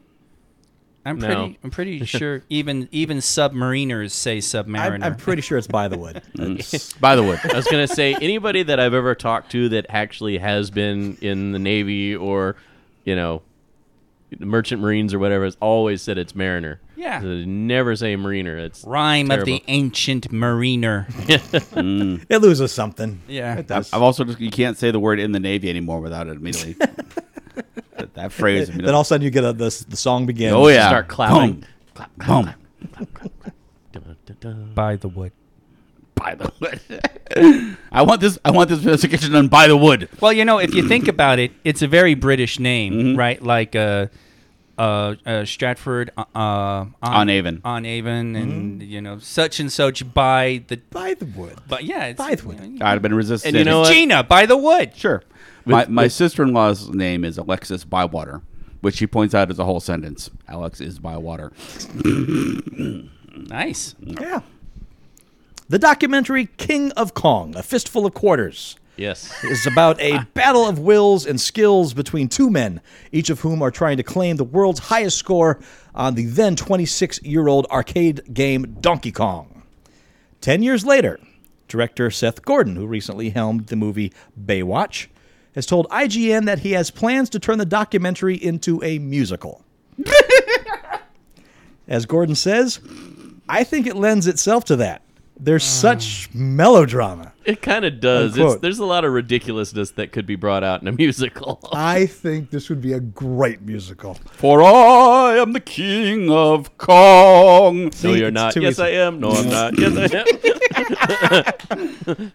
I'm No. pretty. I'm pretty sure even even submariners say submariner. I'm, I'm pretty sure it's by the wood. It's- By the way, I was gonna say anybody that I've ever talked to that actually has been in the Navy or, you know, merchant Marines or whatever has always said it's Mariner. Yeah. They never say Mariner. It's Rhyme of the Terrible. ancient mariner. it loses something. Yeah. It does. I've also just you can't say the word in the Navy anymore without it immediately. that, that phrase. then all of a sudden you get a, the, the song begins. oh yeah. Start clapping. Boom. Boom. By the wood. By the wood. I want this. I want this investigation done by the wood. Well, you know, if you think about it, it's a very British name, Mm-hmm. right? Like uh, uh, uh, Stratford uh, on, On Avon. on Avon, and you know, such and such by the. By the wood. But yeah, it's, By the wood. I'd have been resisting. And you know what? Gina by the wood. Sure. My, my sister in law's name is Alexis Bywater, which she points out is a whole sentence. Alex is Bywater. Nice. Yeah. The documentary King of Kong, A Fistful of Quarters, Yes. is about a battle of wills and skills between two men, each of whom are trying to claim the world's highest score on the then 26 year old arcade game Donkey Kong. Ten years later, director Seth Gordon, who recently helmed the movie Baywatch, has told IGN that he has plans to turn the documentary into a musical. As Gordon says, I think it lends itself to that. There's such melodrama. It kind of does. It's, Unquote. there's a lot of ridiculousness that could be brought out in a musical. I think this would be a great musical. For I am the king of Kong. no, you're it's not. too Yes, easy. I am. No, I'm not. Yes, I am.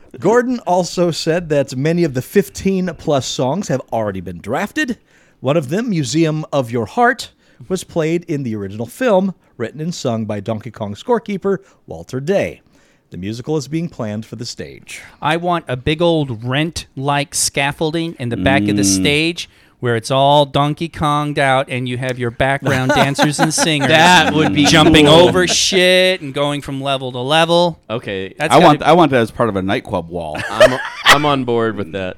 Gordon also said that many of the 15 plus songs have already been drafted. One of them, Museum of Your Heart, was played in the original film, written and sung by Donkey Kong scorekeeper Walter Day. The musical is being planned for the stage. I want a big old rent like scaffolding in the back of the stage where it's all Donkey Konged out and you have your background dancers and singers. That would be jumping over shit and going from level to level. Okay, That's I gotta want be- I want that as part of a nightclub wall. I'm, I'm on board with that.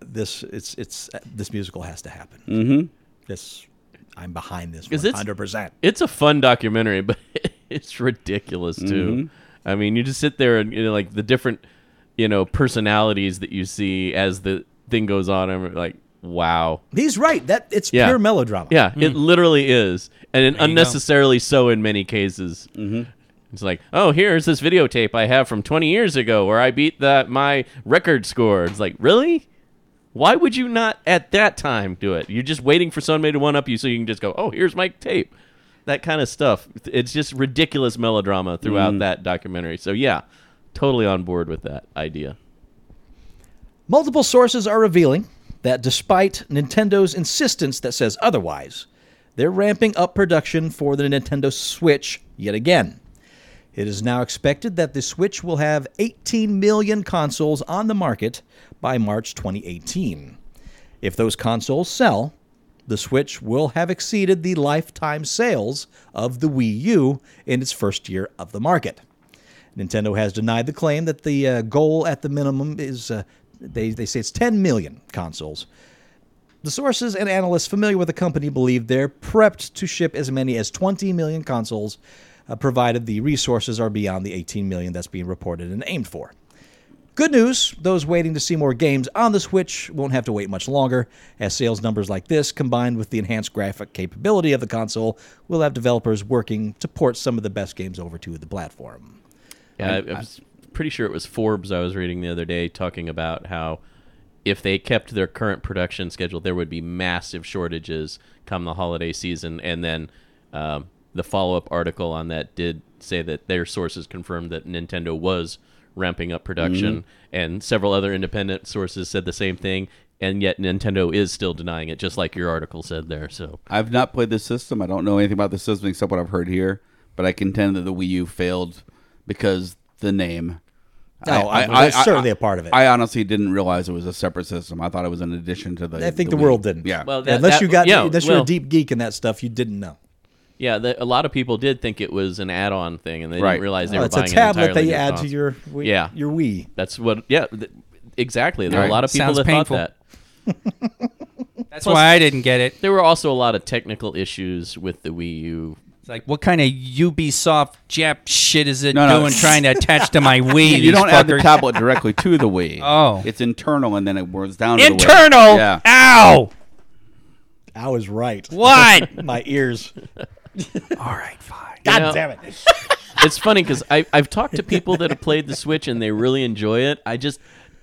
This it's it's this musical has to happen. This I'm behind this Mm-hmm. Is it- 100%. It's a fun documentary, but it's ridiculous too. Mm-hmm. I mean, you just sit there and you know, like the different, you know, personalities that you see as the thing goes on. I'm like, wow. He's right. That it's Yeah. pure melodrama. Yeah, it literally is, and it unnecessarily so in many cases. Mm-hmm. It's like, oh, here's this videotape I have from 20 years ago where I beat that my record score. It's like, really? Why would you not at that time do it? You're just waiting for somebody to one up you, so you can just go, oh, here's my tape. That kind of stuff. It's just ridiculous melodrama throughout Mm. that documentary. So yeah, totally on board with that idea. Multiple sources are revealing that despite Nintendo's insistence that says otherwise, they're ramping up production for the Nintendo Switch yet again. It is now expected that the Switch will have 18 million consoles on the market by March 2018. If those consoles sell, the Switch will have exceeded the lifetime sales of the Wii U in its first year of the market. Nintendo has denied the claim that the uh, goal at the minimum is uh, they they say it's 10 million consoles. The sources and analysts familiar with the company believe they're prepped to ship as many as 20 million consoles, uh, provided the resources are beyond the 18 million that's being reported and aimed for. Good news those waiting to see more games on the Switch won't have to wait much longer, as sales numbers like this, combined with the enhanced graphic capability of the console, will have developers working to port some of the best games over to the platform. Yeah, I, I was pretty sure it was Forbes I was reading the other day talking about how if they kept their current production schedule, there would be massive shortages come the holiday season. And then um, the follow up article on that did say that their sources confirmed that Nintendo was ramping up production, Mm-hmm. and several other independent sources said the same thing. And yet Nintendo is still denying it, just like your article said there. So I've not played this system. I don't know anything about the system except what I've heard here. But I contend that the Wii U failed because the name. No, that's certainly a part of it. I honestly didn't realize it was a separate system. I thought it was an addition to the. I think the, Wii. world didn't. Yeah. Well, Well, that- unless that- you got yeah, unless you're well- a deep geek in that stuff, you didn't know. yeah, the, a lot of people did think it was an add-on thing, and they Right. didn't realize they Oh, were it's a buying an tablet entirely that you new add to console. your Wii, Yeah. your Wii. That's what. Yeah, th- exactly. There are Right. a lot of people Sounds that painful. thought that. That's why I didn't get it. There were also a lot of technical issues with the Wii U. It's like, what kind of Ubisoft Jap shit is it No, no. doing trying to attach to my Wii? you these don't add the fuckers? tablet directly to the Wii. Oh. It's internal, and then it burns down. To the Wii. Internal. Yeah. Ow. I was right. What? My ears. All right, fine. God Damn it. It's funny because I've talked to people that have played the Switch and they really enjoy it. I just,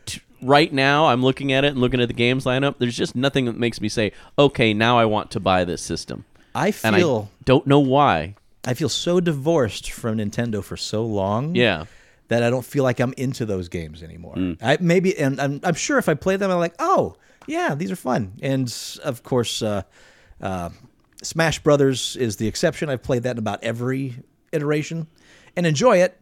t- right now, I'm looking at it and looking at the games lineup. There's just nothing that makes me say, okay, now I want to buy this system. I And feel I don't know why. I feel so divorced from Nintendo for so long. Yeah. That I don't feel like I'm into those games anymore. Hmm. I maybe and I'm, I'm sure if I play them, I'm like, oh yeah, these are fun. And s- of course, uh, uh, Smash Brothers is the exception. I've played that in about every iteration, and enjoy it,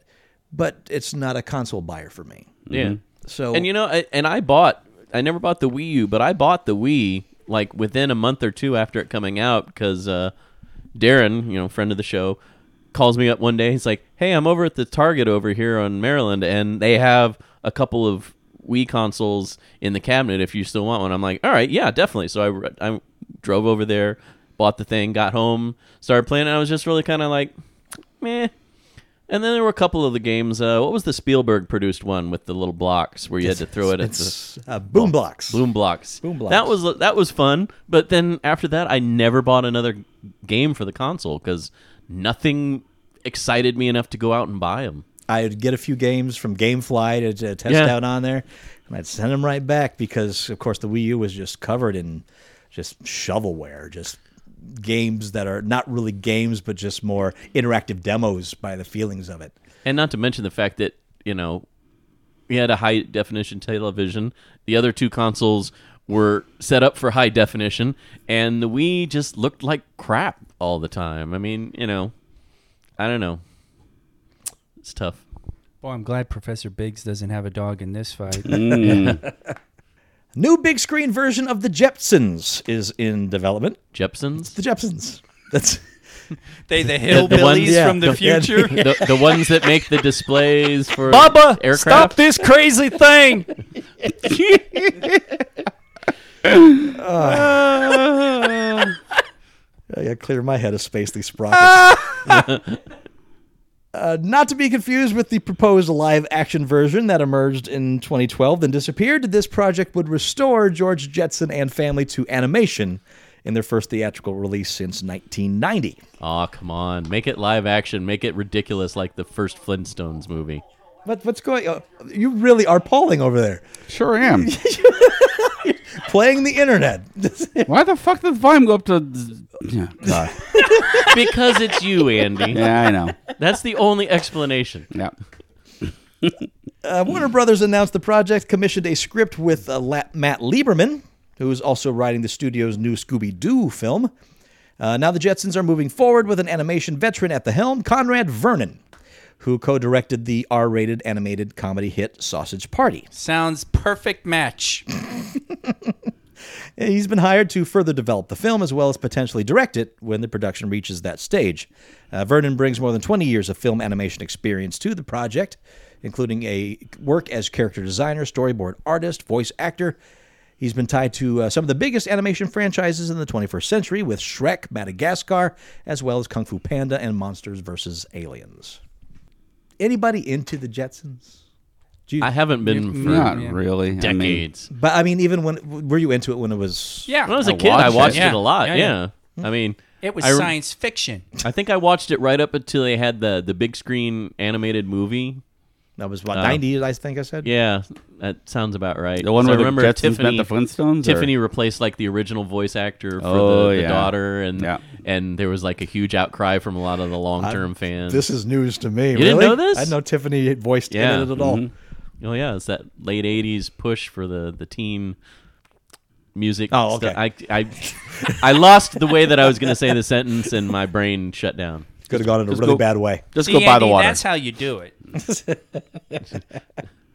but it's not a console buyer for me. Mm-hmm. Yeah. So And you know, I, and I bought. I never bought the Wii U, but I bought the Wii like within a month or two after it coming out because uh, Darren, you know, friend of the show, calls me up one day. He's like, "Hey, I'm over at the Target over here on Maryland, and they have a couple of Wii consoles in the cabinet. If you still want one, I'm like, all right, yeah, definitely. So I I drove over there, bought the thing, got home, started playing, and I was just really kind of like, meh. And then there were a couple of the games. Uh, what was the Spielberg produced one with the little blocks where you had to throw it at the it's uh, Boombox. boom blocks? Boom blocks. That was that was fun. But then after that, I never bought another game for the console because nothing excited me enough to go out and buy them. I'd get a few games from GameFly to, to test Yeah. out on there, and I'd send them right back because, of course, the Wii U was just covered in just shovelware, just games that are not really games, but just more interactive demos by the feelings of it. And not to mention the fact that, you know, we had a high definition television. The other two consoles were set up for high definition, and the Wii just looked like crap all the time. I mean, you know, I don't know. It's tough. Boy, I'm glad Professor Biggs doesn't have a dog in this fight. New big screen version of The Jepsons is in development. Jepsons? The Jepsons. That's they the the ones- hillbillies yeah, from the the- yeah, future. the, the ones that make the displays for Bubba, aircraft? stop this crazy thing. I gotta clear my head of space, these sprockets. Uh, not to be confused with the proposed live action version that emerged in 2012 then disappeared, this project would restore George Jetson and family to animation in their first theatrical release since 1990. Aw, come on. Make it live action. Make it ridiculous like the first Flintstones movie. What, what's going on? You really are polling over there, Sure am. playing the internet. Why the fuck did the volume go up to? Yeah, God. Because it's you, Andy. yeah I know. That's the only explanation. Yeah. Uh, Warner Brothers announced the project commissioned a script with uh, La- Matt Lieberman, who is also writing the studio's new Scooby Doo film. Uh, now the Jetsons are moving forward with an animation veteran at the helm, Conrad Vernon, who co directed the R rated animated comedy hit Sausage Party. Sounds perfect match. He's been hired to further develop the film as well as potentially direct it when the production reaches that stage. Uh, Vernon brings more than 20 years of film animation experience to the project, including a work as character designer, storyboard artist, voice actor. He's been tied to uh, some of the biggest animation franchises in the 21st century with Shrek, Madagascar, as well as Kung Fu Panda and Monsters vs. Aliens. Anybody into the Jetsons? I haven't been for Not really. I mean, decades. But I mean, even when were you into it when it was? Yeah. when I was a I kid, I watched watched it. it, a Yeah. lot. Yeah, Yeah. yeah. I mean, It was I, re- science fiction. I think I watched it right up until they had the the big screen animated movie That was about 90s, I think I said. Yeah, that sounds about right. The one So where I the remember Jetsons Tiffany, met the Flintstones, or- Tiffany replaced like the original voice actor for Oh, the, the yeah. daughter, and Yeah. and there was like a huge outcry from a lot of the long term fans. This is news to me. You didn't know this? I didn't know Tiffany had voiced Yeah. in it at Mm-hmm. all. oh yeah, it's that late '80s push for the the teen music. Oh, stuff. okay. I I, I lost the way that I was going to say the sentence, and my brain shut down. Could have gone in a just really go- bad way. Just See, go by the Andy, water. That's how you do it.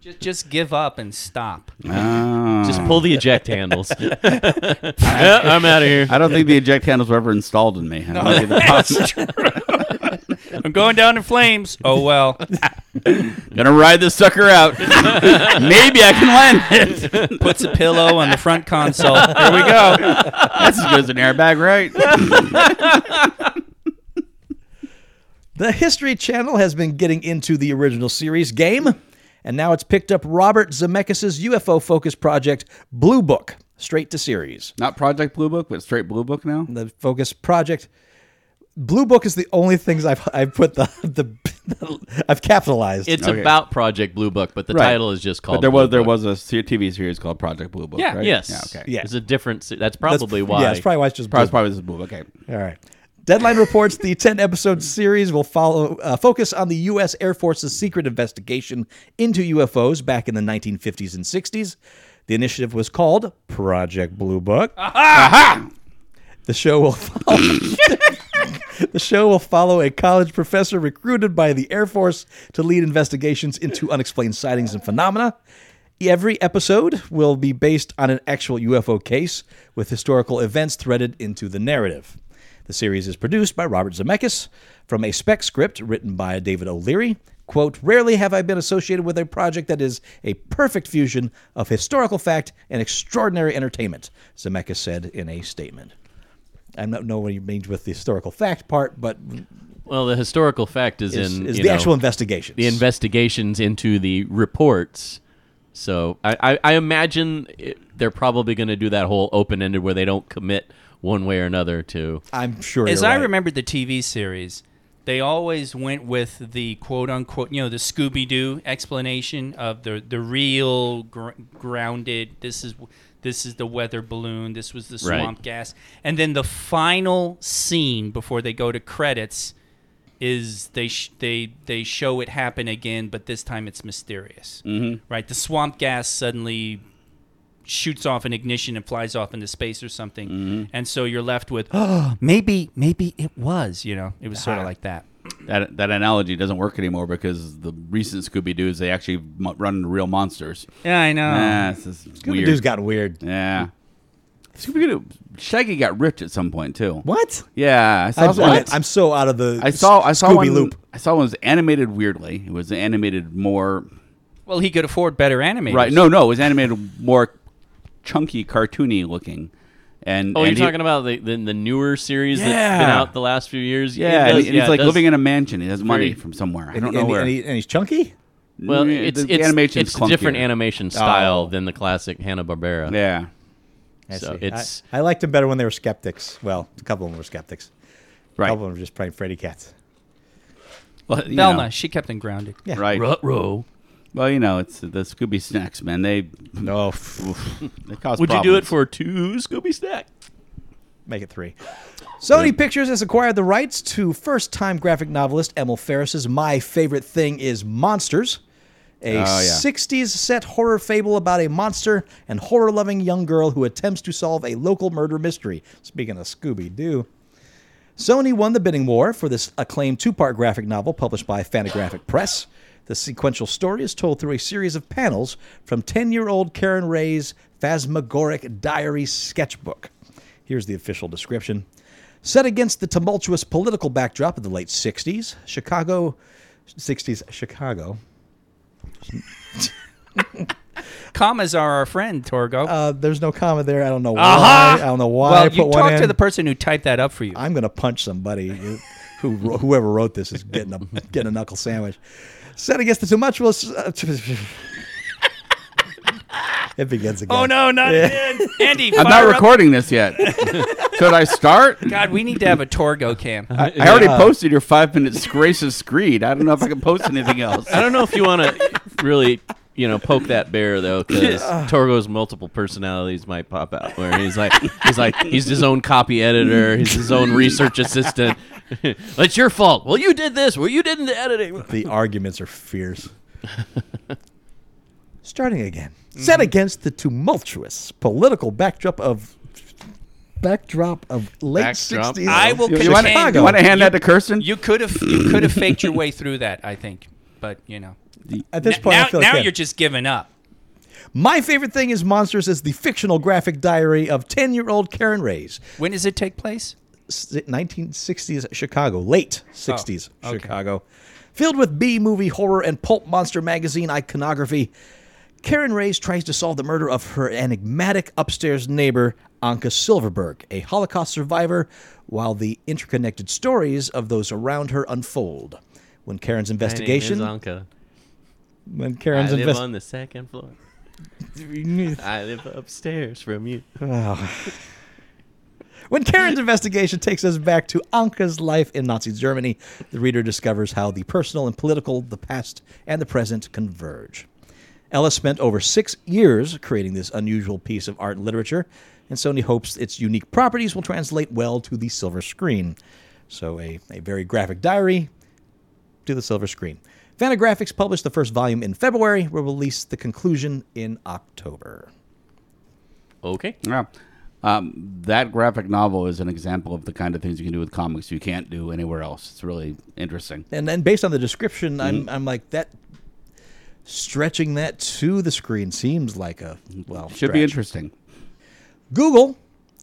just, just give up and stop. Oh. Just pull the eject handles. Yeah, I'm out of here. I don't think the eject handles were ever installed in me. I don't think it's possible. I'm going down in flames. Oh well. Gonna ride this sucker out. Maybe I can land it. Puts a pillow on the front console. Here we go. That's as good as an airbag, right? The History Channel has been getting into the original series game, and now it's picked up Robert Zemeckis' UFO focused project, Blue Book, straight to series. Not Project Blue Book, but straight Blue Book now. The focus project. Blue Book is the only things I've I've put the the, I've capitalized. It's Okay. about Project Blue Book, but the Right. title is just called. But there was Blue there Book. was a se- TV series called Project Blue Book. Yeah. right? Yes. Yeah. Okay. Yeah. It's a different. se- That's That's- probably why. Yeah, that's probably why it's just Blue Probably, probably this is Blue Book. Okay. All right. Deadline reports the 10 episode series will follow uh, focus on the U.S. Air Force's secret investigation into UFOs back in the 1950s and 60s. The initiative was called Project Blue Book. The show will follow. the show will follow a college professor recruited by the Air Force to lead investigations into unexplained sightings and phenomena. Every episode will be based on an actual UFO case with historical events threaded into the narrative. The series is produced by Robert Zemeckis from a spec script written by David O'Leary. Quote, rarely have I been associated with a project that is a perfect fusion of historical fact and extraordinary entertainment, Zemeckis said in a statement. I don't know what he means with the historical fact part, but Well, the historical fact is, is, in is you the know, actual investigation. the investigations into the reports. So I, I, I imagine it, they're probably going to do that whole open ended where they don't commit one way or another to. I'm sure. As you're I right. remember the TV series, they always went with the quote unquote, you know, the Scooby Doo explanation of the the real gr- grounded. This is this is the weather balloon. This was the Right. swamp gas, and then the final scene before they go to credits is they sh- they they show it happen again, but this time it's mysterious. Mm-hmm. Right, the swamp gas suddenly shoots off an ignition and flies off into space or something, Mm-hmm. and so you're left with oh, maybe maybe it was. You know, it was sort of like that. That that analogy doesn't work anymore because the recent Scooby Doo's they actually mo- run into real monsters. Yeah, I know. Yeah, this is Scooby weird. Doo's gotten weird. yeah. Scooby Doo. Shaggy got ripped at some point too. What? Yeah, I saw I'm, someone- I'm so out of the. I saw I saw Scooby one Loop. I saw one was animated weirdly. It was animated more Well, he could afford better animators. right. No, no, it was animated more chunky, cartoony looking. And Oh, and you're he- talking about the, the, the newer series that's been Yeah. out the last few years? yeah, It and does- he's yeah, it like does- living in a mansion. He has money very- from somewhere. I And, don't know and, where. and, he, and he's chunky. Well, Yeah, it's, Mm, the- the it's, animation's it's a different clunkier. animation style Oh. than the classic Hanna-Barbera. yeah, So see. it's- I, I liked him better when they were skeptics. Well, a couple of them were skeptics. A right. couple of them were just playing Freddy Cats. Well, you Velma, know, she kept him grounded. Yeah. right. row. Well, you know, it's the Scooby snacks, man. They No, Oh, they cause. Would you do it problems. for two Scooby Snack? make it three. Sony Pictures has acquired the rights to first-time graphic novelist Emil Ferris's "My Favorite Thing Is Monsters," a Oh, yeah. '60s set horror fable about a monster and horror-loving young girl who attempts to solve a local murder mystery. Speaking of Scooby-Doo. Sony won the bidding war for this acclaimed two part graphic novel published by Fantagraphic Press. The sequential story is told through a series of panels from 10 year old Karen Ray's Phasmagoric Diary sketchbook. Here's the official description. Set against the tumultuous political backdrop of the late 60s, Chicago, 60s Chicago, Commas are our friend, Torgo. uh, there's no comma there. I don't know why. I don't know why I Uh-huh. well, put you one talk to in. the person who typed that up for you. I'm gonna punch somebody. Who whoever wrote this is getting a getting a knuckle sandwich. Set against the tumultuous. Uh, it begins again. oh no, not again. Andy. I'm not recording this yet. Should I start? God, we need to have a Torgo cam. Uh-huh. I, I already posted your five minutes gracious screed. I don't know if I can post anything else. I don't know if you want to really, you know, poke that bear though, because Torgo's multiple personalities might pop out. Where he's like, he's like, he's his own copy editor, he's his own research assistant. it's your fault. Well, you did this. Well, you didn't the editing. The arguments are fierce. Starting again. Mm-hmm. Set against the tumultuous political backdrop of backdrop of late Backdrop? 60s. I will You want contend- Chicago. to hand that to Kirsten? You could have you could have faked your way through that, I think. But you know, At this N- point, now, I feel like now yeah. you're just giving up. My favorite thing is Monsters is the fictional graphic diary of 10-year-old Karen Reyes. When does it take place? S- 1960s Chicago, late 60s Oh, okay. Chicago. Filled with B movie horror and pulp monster magazine iconography, Karen Reyes tries to solve the murder of her enigmatic upstairs neighbor, Anka Silverberg, a Holocaust survivor, while the interconnected stories of those around her unfold. When Karen's investigation, Anka. when I Karen's live investigation, on the second floor. I live upstairs from you. When Karen's investigation takes us back to Anka's life in Nazi Germany, the reader discovers how the personal and political, the past and the present converge. Ellis spent over six years creating this unusual piece of art and literature, and Sony hopes its unique properties will translate well to the silver screen. So, a, a very graphic diary to the silver screen. Fantagraphics published the first volume in February, will release the conclusion in October. Okay. Yeah. Um, that graphic novel is an example of the kind of things you can do with comics you can't do anywhere else. It's really interesting. and then based on the description, I'm Mm-hmm. I'm like that. Stretching that to the screen seems like a well. Should be stretch. interesting. Google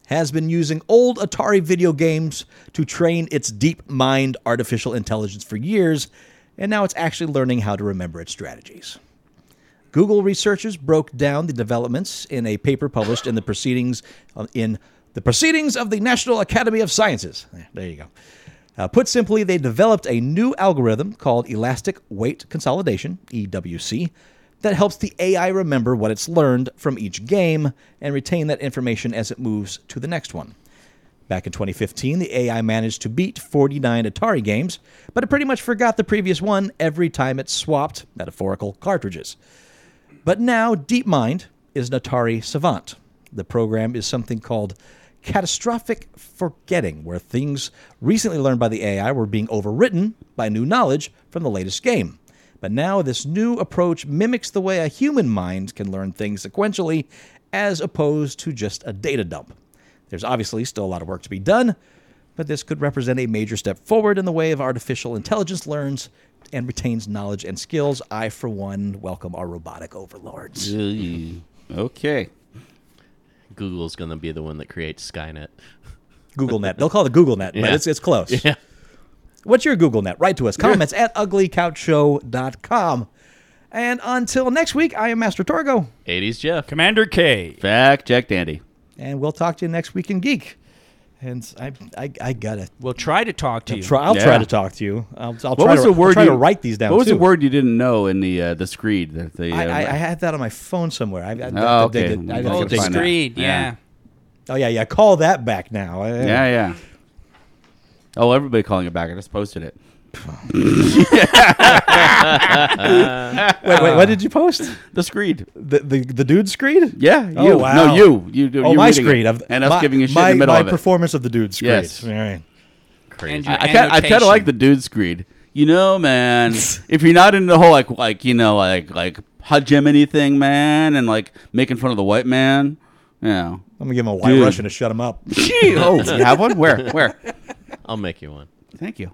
has been using old Atari video games to train its deep mind artificial intelligence for years, and now it's actually learning how to remember its strategies. Google researchers broke down the developments in a paper published in the proceedings uh, in the proceedings of the National Academy of Sciences. There you go. Uh, put simply, they developed a new algorithm called elastic weight consolidation (EWC) that helps the AI remember what it's learned from each game and retain that information as it moves to the next one. Back in 2015, the AI managed to beat 49 Atari games, but it pretty much forgot the previous one every time it swapped metaphorical cartridges. But now DeepMind is an Atari savant. The program is something called catastrophic forgetting, where things recently learned by the AI were being overwritten by new knowledge from the latest game. But now this new approach mimics the way a human mind can learn things sequentially as opposed to just a data dump. There's obviously still a lot of work to be done, but this could represent a major step forward in the way of artificial intelligence learns and retains knowledge and skills. I, for one, welcome our robotic overlords. okay. Google's gonna be the one that creates Skynet. GoogleNet. They'll call it GoogleNet, but it's, it's close. Yeah. What's your GoogleNet? Write to us. Comments at uglycouchshow.com. And until next week, I am Master Torgo, 80s Jeff. Commander K. Fact check, Dandy. and we'll talk to you next week in Geek. And I, I, I gotta We'll try to talk to you. try. I'll Yeah. try to talk to you. I'll, I'll What try, was to, the word I'll try you to write these down. What was too. the word you didn't know in the uh, the screed? That the, uh, I, I, I had that on my phone somewhere. I, I, Oh, I dig okay. it. I Oh, gotta go Old dig it. find out. Screed, Yeah. yeah. Oh yeah, yeah. Call that back now. Uh, yeah, yeah. Oh, everybody calling it back. I just posted it. Wait, wait. Uh, What did you post? The screed. The the, the dude screed? Yeah, you. Oh, wow. No, you. You do. Oh, you my reading it. screed. Of, and us my, giving a shit my, in the middle my of it. performance of the dude screed. Yes. All right. And your I kind I kind of annotation. like the dude screed. You know, man, if you're not into the whole like like you know like like hegemony thing, man, and like making fun of the white man, you know. I'm gonna give him a white Dude. Russian to shut him up. Gee, oh, you have one? Where? Where? I'll make you one. Thank you.